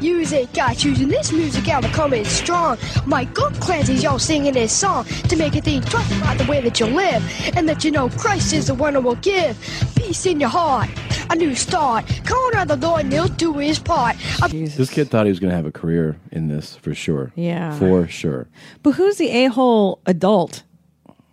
Speaker 14: use it. God, using this music out coming strong. Michael Clancy's y'all singing this song to make you think twice about the way that you live and that you know Christ is the one who will give peace in your heart, a new start. Call on the Lord and he'll do his part. A-
Speaker 2: This kid thought he was going to have a career in this for sure.
Speaker 3: Yeah.
Speaker 2: For sure.
Speaker 3: But who's the a hole adult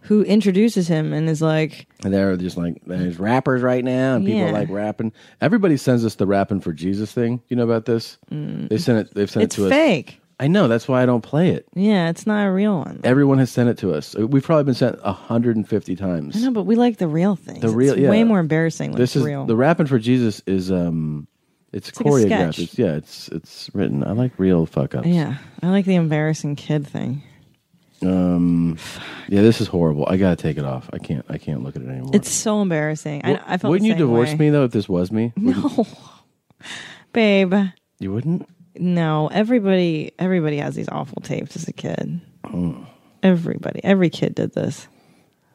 Speaker 3: who introduces him and is like,
Speaker 2: And they're just like, there's rappers right now, and people
Speaker 3: Mm. Yeah.
Speaker 2: like rapping. Everybody sends us the rapping for Jesus thing. You know about this? They sent it. They've sent
Speaker 3: Mm. it's
Speaker 2: it to us.
Speaker 3: fake?
Speaker 2: I know. That's why I don't play it.
Speaker 3: Yeah, it's not a real one.
Speaker 2: Everyone has sent it to us. We've probably been sent 150 times.
Speaker 3: I know, but we like the real things.
Speaker 2: The real,
Speaker 3: it's
Speaker 2: yeah.
Speaker 3: way more embarrassing when
Speaker 2: this
Speaker 3: it's
Speaker 2: is
Speaker 3: real.
Speaker 2: the rapping for Jesus is um, it's,
Speaker 3: like a
Speaker 2: choreographed.
Speaker 3: sketch.
Speaker 2: It's- yeah, it's it's written. I like real fuck ups.
Speaker 3: yeah, I like the embarrassing kid thing.
Speaker 2: Um, yeah, this is horrible. I gotta take it off. I can't. I can't look at it anymore.
Speaker 3: It's so embarrassing.
Speaker 2: Wou-
Speaker 3: I, I felt.
Speaker 2: wouldn't
Speaker 3: the
Speaker 2: you
Speaker 3: same
Speaker 2: divorce
Speaker 3: way.
Speaker 2: me though if this was me?
Speaker 3: No, babe.
Speaker 2: You wouldn't.
Speaker 3: No, everybody. Everybody has these awful tapes as a kid. Everybody. Every kid did this.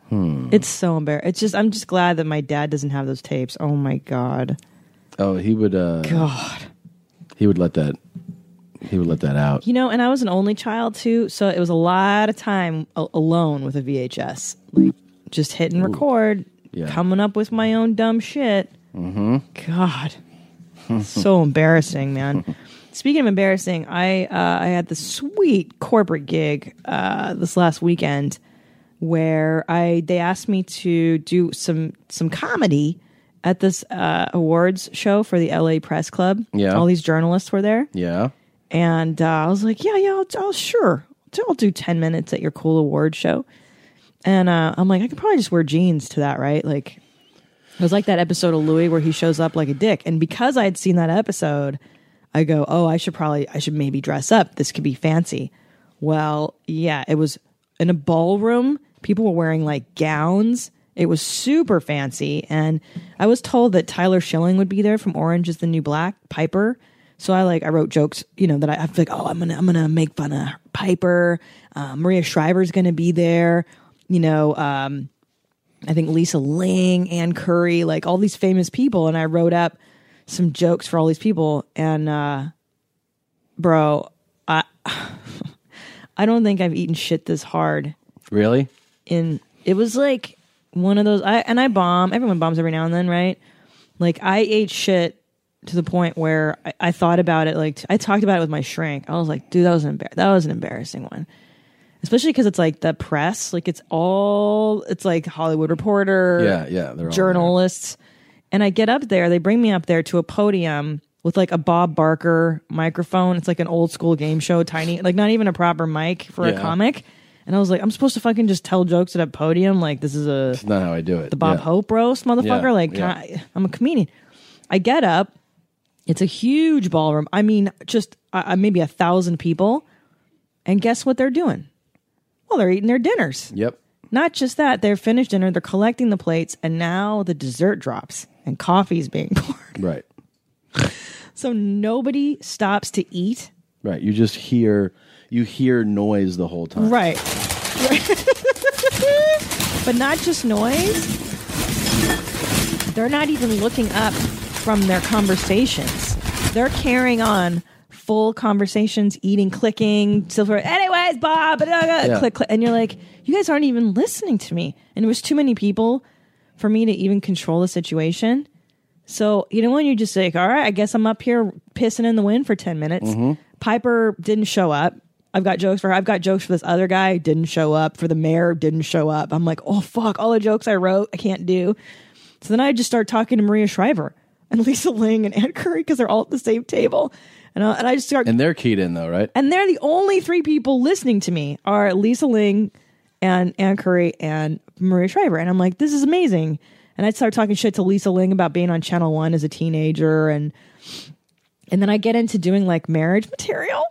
Speaker 2: Hmm.
Speaker 3: It's so embarrassing. It's just. I'm just glad that my dad doesn't have those tapes. Oh my god.
Speaker 2: Oh, he would. Uh,
Speaker 3: God.
Speaker 2: He would let that. He would let that out.
Speaker 3: You know, and I was an only child too, so it was a lot of time a- alone with a VHS, like just hit and record,
Speaker 2: Yeah.
Speaker 3: coming up with my own dumb shit.
Speaker 2: Mm-hmm.
Speaker 3: God, so embarrassing, man. Speaking of embarrassing, I uh, I had the sweet corporate gig uh, this last weekend where I they asked me to do some some comedy at this uh, awards show for the LA Press Club.
Speaker 2: Yeah.
Speaker 3: all these journalists were there.
Speaker 2: Yeah.
Speaker 3: And uh, I was like, yeah, yeah, I'll, I'll sure. I'll do 10 minutes at your cool award show. And uh, I'm like, I could probably just wear jeans to that, right? Like, it was like that episode of Louis where he shows up like a dick. And because I had seen that episode, I go, oh, I should probably, I should maybe dress up. This could be fancy. Well, yeah, it was in a ballroom. People were wearing like gowns. It was super fancy. And I was told that Tyler Schilling would be there from Orange is the New Black, Piper. So I like I wrote jokes, you know, that I, I feel like, oh, I'm gonna I'm gonna make fun of Piper. Uh, Maria Shriver's gonna be there. You know, um, I think Lisa Ling, Ann Curry, like all these famous people. And I wrote up some jokes for all these people. And uh, bro, I I don't think I've eaten shit this hard
Speaker 2: Really?
Speaker 3: in it was like one of those I and I bomb. Everyone bombs every now and then, right? Like I ate shit to the point where I, I thought about it like I talked about it with my shrink. I was like, dude, that was an embar- that was an embarrassing one. Especially because it's like the press, like it's all it's like Hollywood Reporter,
Speaker 2: Yeah, yeah, they're all
Speaker 3: journalists. And I get up there, they bring me up there to a podium with like a Bob Barker microphone. It's like an old school game show, tiny, like not even a proper mic for
Speaker 2: Yeah.
Speaker 3: a comic. And I was like, I'm supposed to fucking just tell jokes at a podium. Like this is a
Speaker 2: That's not how I do it.
Speaker 3: the Bob
Speaker 2: Yeah.
Speaker 3: Hope roast, motherfucker.
Speaker 2: Yeah,
Speaker 3: Like
Speaker 2: yeah.
Speaker 3: I, I'm a comedian. I get up. It's a huge ballroom. I mean, just uh, uh, maybe a thousand people. And guess what they're doing? Well, they're eating their dinners.
Speaker 2: Yep.
Speaker 3: Not just that, they're finished dinner, they're collecting the plates, and now the dessert drops and coffee's being poured.
Speaker 2: Right.
Speaker 3: So nobody stops to eat.
Speaker 2: Right. You just hear. You hear noise the whole time.
Speaker 3: Right. but not just noise. They're not even looking up from their conversations. They're carrying on full conversations, eating, clicking, so forth. Anyways, Bob, blah, blah, blah,
Speaker 13: Yeah.
Speaker 3: click, click. And you're like, you guys aren't even listening to me. And it was too many people for me to even control the situation. So, you know, when you just like, all right, I guess I'm up here pissing in the wind for 10 minutes.
Speaker 13: Mhm.
Speaker 3: Piper didn't show up. I've got jokes for her. I've got jokes for this other guy. Didn't show up. For the mayor, didn't show up. I'm like, oh, fuck. All the jokes I wrote, I can't do. So then I just start talking to Maria Shriver and Lisa Ling and Ann Curry because they're all at the same table. And I, and I just start
Speaker 2: And they're keyed in though, right?
Speaker 3: and they're the only three people listening to me are Lisa Ling and Ann Curry and Maria Shriver. And I'm like, this is amazing. And I started talking shit to Lisa Ling about being on Channel One as a teenager and and then I get into doing like marriage material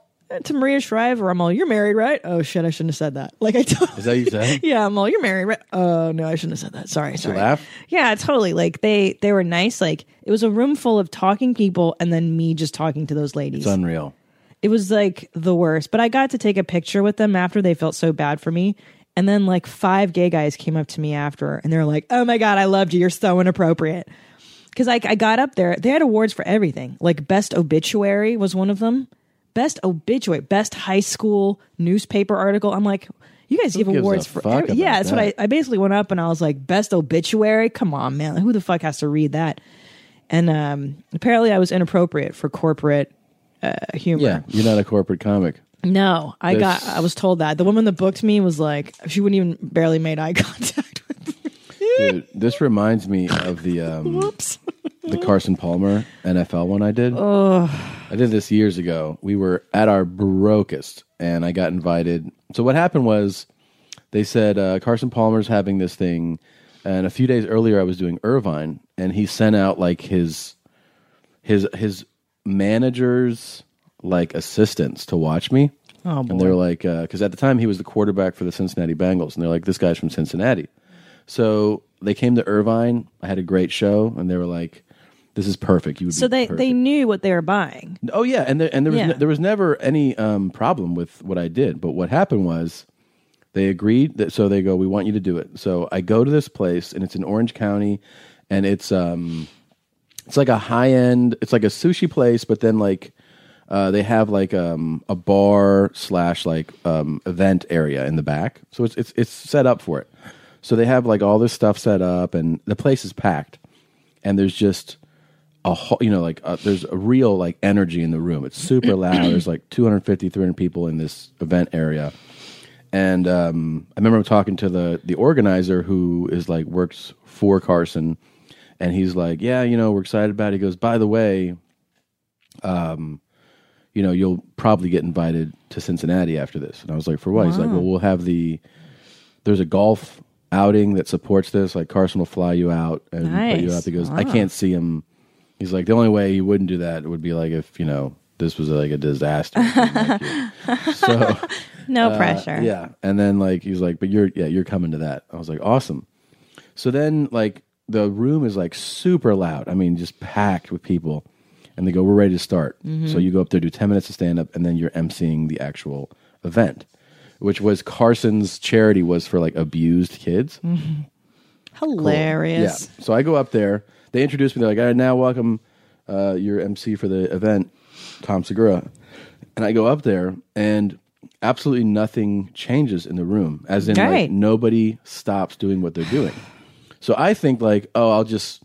Speaker 3: to Maria Shriver. I'm all, you're married, right? Oh shit, I shouldn't have said that. Like I don't
Speaker 2: Is that what you said?
Speaker 3: Yeah, I'm all you're married, right? Oh no, I shouldn't have said that. Sorry,
Speaker 2: Did you
Speaker 3: sorry.
Speaker 2: laugh?
Speaker 3: Yeah, totally. Like they they were nice. Like it was a room full of talking people and then me just talking to those ladies.
Speaker 2: It's unreal.
Speaker 3: It was like the worst, but I got to take a picture with them after they felt so bad for me. And then like five gay guys came up to me after and they're like, "Oh my god, I loved you. You're so inappropriate." Cuz like I got up there, they had awards for everything. Like best obituary was one of them. Best obituary, best high school newspaper article. I'm like, "You guys give
Speaker 13: gives a
Speaker 3: awards for
Speaker 13: fuck
Speaker 3: every- Yeah,
Speaker 13: about
Speaker 3: that's what I
Speaker 13: that?
Speaker 3: I basically went up and I was like, "Best obituary? Come on, man. Who the fuck has to read that?" And um apparently I was inappropriate for corporate uh, humor.
Speaker 2: Yeah. You're not a corporate comic.
Speaker 3: No, I
Speaker 2: There's-
Speaker 3: got. I was told that the woman that booked me was like, she wouldn't even barely made eye contact.
Speaker 2: Dude, this reminds me of the um,
Speaker 3: Whoops.
Speaker 2: the Carson Palmer NFL one I did.
Speaker 3: Oh,
Speaker 2: I did this years ago. We were at our brokest, and I got invited. So what happened was, they said uh, Carson Palmer's having this thing, and a few days earlier I was doing Irvine, and he sent out like his his his manager's like assistants to watch me.
Speaker 3: Oh,
Speaker 2: and they were like, because at the time he was the quarterback for the Cincinnati Bengals, and they're like, this guy's from Cincinnati. So they came to Irvine. I had a great show, and they were like, this is perfect. You would
Speaker 3: So
Speaker 2: be
Speaker 3: they,
Speaker 2: perfect.
Speaker 3: they knew what they were buying.
Speaker 2: Oh yeah, and there, and there was
Speaker 3: Yeah.
Speaker 2: ne- there was never any um, problem with what I did. But what happened was they agreed that so they go, we want you to do it. So I go to this place and it's in Orange County, and it's um it's like a high end, it's like a sushi place, but then like. Uh, they have like um, a bar slash like um, event area in the back, so it's it's it's set up for it. So they have like all this stuff set up, and the place is packed and there's just a whole you know like uh there's a real like energy in the room it's super loud there's like 250 300 people in this event area and um, i remember talking to the the organizer who is like works for carson and he's like yeah you know we're excited about it he goes by the way um, you know you'll probably get invited to cincinnati after this and i was like for what he's like
Speaker 10: Wow.
Speaker 2: well we'll have the there's a golf outing that supports this like carson will fly you out and put you
Speaker 10: Nice.
Speaker 2: out he goes i
Speaker 10: Wow.
Speaker 2: can't see him he's like the only way he wouldn't do that would be like if you know this was like a disaster so
Speaker 3: No
Speaker 2: uh,
Speaker 3: pressure.
Speaker 2: Yeah. And then like he's like, but you're yeah, you're coming to that. I was like, awesome. So then like the room is like super loud. I mean, just packed with people. And they go, We're ready to start.
Speaker 10: Mhm.
Speaker 2: So you go up there, do ten minutes of stand up, and then you're emceeing the actual event. Which was Carson's charity was for like abused kids. Cool.
Speaker 3: Hilarious.
Speaker 2: Yeah. So I go up there. They introduce me. They're like, "All right, now welcome uh, your MC for the event, Tom Segura." And I go up there, and absolutely nothing changes in the room. As in, like,
Speaker 10: Right.
Speaker 2: nobody stops doing what they're doing. So I think like, oh, I'll just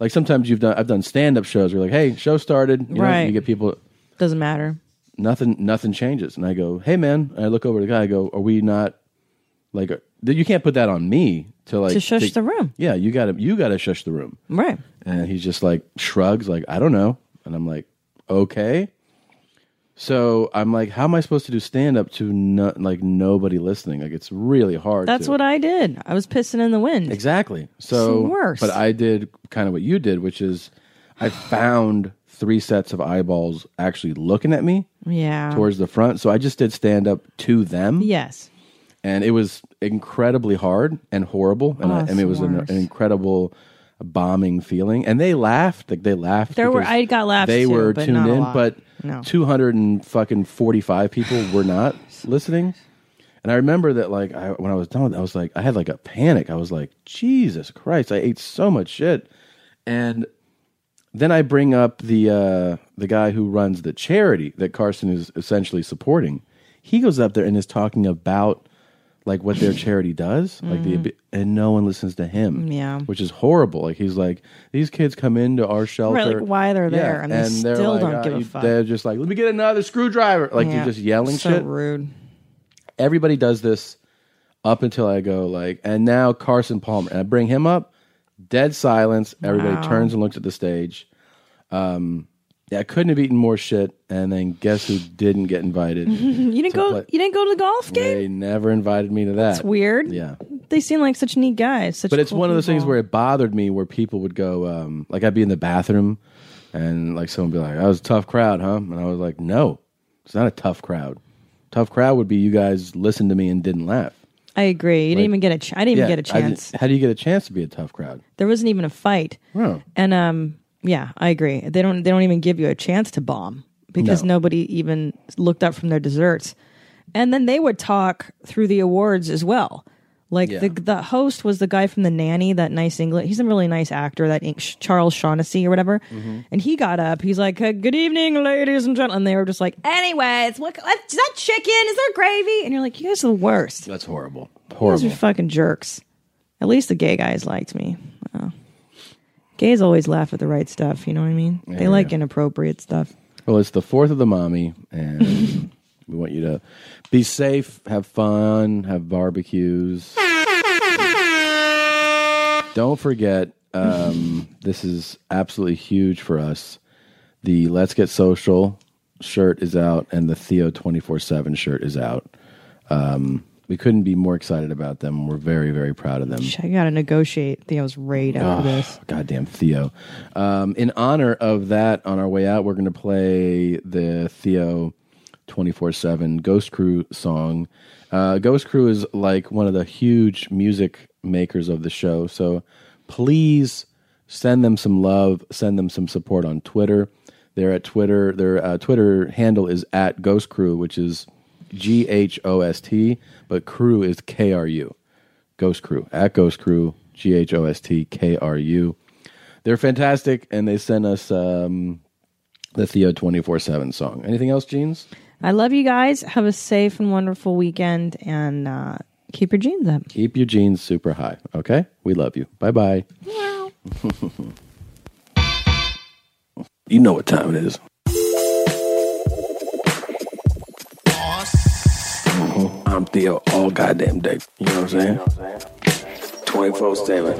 Speaker 2: like sometimes you've done I've done stand up shows. Where you're like, hey, show started. You know,
Speaker 3: Right.
Speaker 2: you get people.
Speaker 3: Doesn't matter.
Speaker 2: Nothing. Nothing changes. And I go, hey man. And I look over at the guy. I go, are we not like? Are, you can't put that on me to like
Speaker 3: To shush the room.
Speaker 2: Yeah, you got to you got to shush the room.
Speaker 3: Right.
Speaker 2: And he's just like shrugs, like, I don't know. And I'm like, okay. So I'm like, how am I supposed to do stand up to no, like nobody listening? Like it's really hard.
Speaker 3: That's what I did. I was pissing in the wind.
Speaker 2: exactly. So
Speaker 3: It's worse.
Speaker 2: But I did kind of what you did, which is I found three sets of eyeballs actually looking at me
Speaker 3: Yeah.
Speaker 2: towards the front. So I just did stand up to them.
Speaker 3: Yes.
Speaker 2: And it was incredibly hard and horrible. And
Speaker 3: Oh,
Speaker 2: I, I
Speaker 3: it's
Speaker 2: mean, it was an,
Speaker 3: worse.
Speaker 2: an incredible bombing feeling. And they laughed. Like they laughed.
Speaker 3: There were
Speaker 2: because
Speaker 3: I got laughs.
Speaker 2: They
Speaker 3: too,
Speaker 2: were
Speaker 3: but
Speaker 2: tuned
Speaker 3: not a
Speaker 2: in,
Speaker 3: lot.
Speaker 2: but
Speaker 3: no.
Speaker 2: 200 and fucking 45 people were not listening. And I remember that, like, I, when I was done, with it, I was like, I had like a panic. I was like, Jesus Christ, I ate so much shit. And then I bring up the uh, the guy who runs the charity that Carson is essentially supporting. He goes up there and is talking about like what their charity does, like the ab- and no one listens to him,
Speaker 3: Mm-hmm. Yeah.
Speaker 2: which is horrible. Like he's like, these kids come into our shelter,
Speaker 3: Right, like, why they're there, and they
Speaker 2: they're
Speaker 3: still don't
Speaker 2: "Ah,
Speaker 3: give a
Speaker 2: you-"
Speaker 3: fuck.
Speaker 2: They're just like, let me get another screwdriver. Like
Speaker 3: Yeah.
Speaker 2: you're just yelling
Speaker 3: So
Speaker 2: shit.
Speaker 3: rude.
Speaker 2: Everybody does this up until I go like, and now Carson Palmer, and I bring him up. Dead silence. Everybody
Speaker 10: Wow.
Speaker 2: turns and looks at the stage. Um, yeah, I couldn't have eaten more shit. And then guess who didn't get invited?
Speaker 3: you didn't
Speaker 2: to
Speaker 3: go.
Speaker 2: play-
Speaker 3: You didn't go to the golf game.
Speaker 2: They never invited me to that.
Speaker 3: That's weird.
Speaker 2: Yeah.
Speaker 3: They seem like such neat guys. Such
Speaker 2: but it's
Speaker 3: cool
Speaker 2: one of those things
Speaker 3: people.
Speaker 2: where it bothered me where people would go, um, like I'd be in the bathroom and like someone would be like, that was a tough crowd, huh? And I was like, no, it's not a tough crowd. Tough crowd would be you guys listened to me and didn't laugh.
Speaker 3: I agree. You
Speaker 2: like-
Speaker 3: didn't even get a. Ch- I didn't
Speaker 2: Yeah,
Speaker 3: even get a
Speaker 2: I didn't-
Speaker 3: chance.
Speaker 2: how do you get a chance to be a tough crowd?
Speaker 3: There wasn't even a fight.
Speaker 2: Oh.
Speaker 3: And um, yeah, I agree. They don't. They don't even give you a chance to bomb because
Speaker 2: No.
Speaker 3: nobody even looked up from their desserts. And then they would talk through the awards as well. Like
Speaker 15: Yeah.
Speaker 3: the the host was the guy from the nanny, that nice English. He's a really nice actor, that Eng- Charles Shaughnessy or whatever.
Speaker 15: Mhm.
Speaker 3: And he got up. He's like, "Uh, "Good evening, ladies and gentlemen." And they were just like, "Anyways, what, what is that chicken? Is there gravy?" And you're like, "You guys are the worst.
Speaker 2: That's horrible.
Speaker 3: You guys are fucking jerks." At least the gay guys liked me. Oh. Gays always laugh at the right stuff. You know what I mean?
Speaker 2: Yeah,
Speaker 3: they like inappropriate stuff.
Speaker 2: Well, it's the fourth of the mommy, and we want you to be safe, have fun, have barbecues. Don't forget, um, this is absolutely huge for us. The Let's Get Social shirt is out, and the Theo 24 7 shirt is out. Um, we couldn't be more excited about them. We're very, very proud of them.
Speaker 3: Sh- I gotta negotiate Theo's rate out of
Speaker 2: Oh,
Speaker 3: this.
Speaker 2: Goddamn Theo. Um, in honor of that, on our way out, we're going to play the Theo 24 7 Ghost Crew song. Uh, Ghost Crew is like one of the huge music makers of the show. So please send them some love, send them some support on Twitter. They're at Twitter. Their uh, Twitter handle is at Ghost Crew, which is G H O S T, but crew is K R U. Ghost Crew at Ghost Crew G H O S T K R U. They're fantastic, and they sent us um, the Theo twenty four seven song. Anything else, jeans?
Speaker 3: I love you guys. Have a safe and wonderful weekend, and uh, keep your jeans up.
Speaker 2: Keep your jeans super high. Okay, we love you. Bye bye. you know what time it is.
Speaker 10: Mhm. I'm Theo all goddamn day. You know what I'm saying? 24 7.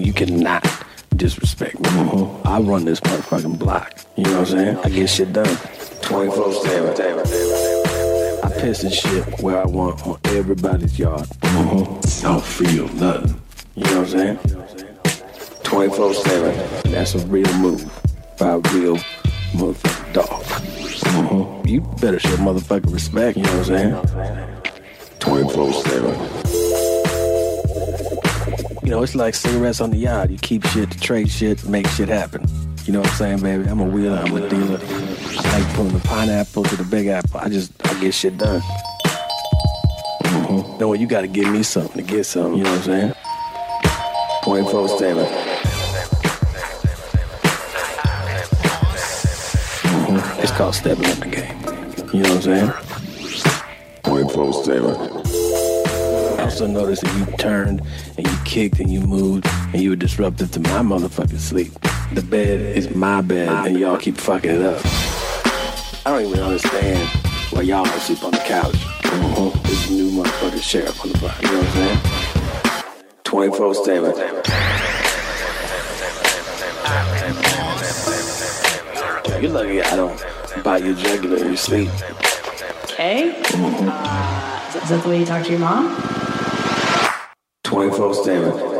Speaker 10: You cannot disrespect me. I run this motherfucking block. You know what I'm saying? I get shit done 24 7. I piss and shit where I want on everybody's yard. Uh-huh. Don't feel nothing. You know what I'm saying? 24 7. That's a real move by a real motherfucking dog. Uh-huh. You better show motherfucking respect, you know what I'm saying? 24 7. You know, it's like cigarettes on the yard. You keep shit, trade shit, make shit happen. You know what I'm saying, baby? I'm a wheeler, I'm a dealer. I like pulling the pineapple to the big apple. I just, I get shit done. Know what? You gotta give me something to get something, you know what I'm saying? 24 7. It's called stepping up the game. You know what I'm saying? 24 7. I also noticed that you turned and you kicked and you moved and you were disruptive to my motherfucking sleep. The bed is my bed and y'all keep fucking it up. I don't even understand why y'all don't sleep on the couch. Uh-huh. This new motherfucking sheriff on the block. You know what I'm saying? 24 7. You're lucky I don't buy your jugular in your sleep.
Speaker 15: Okay. Uh, is that the way you talk to your mom?
Speaker 10: 24 7.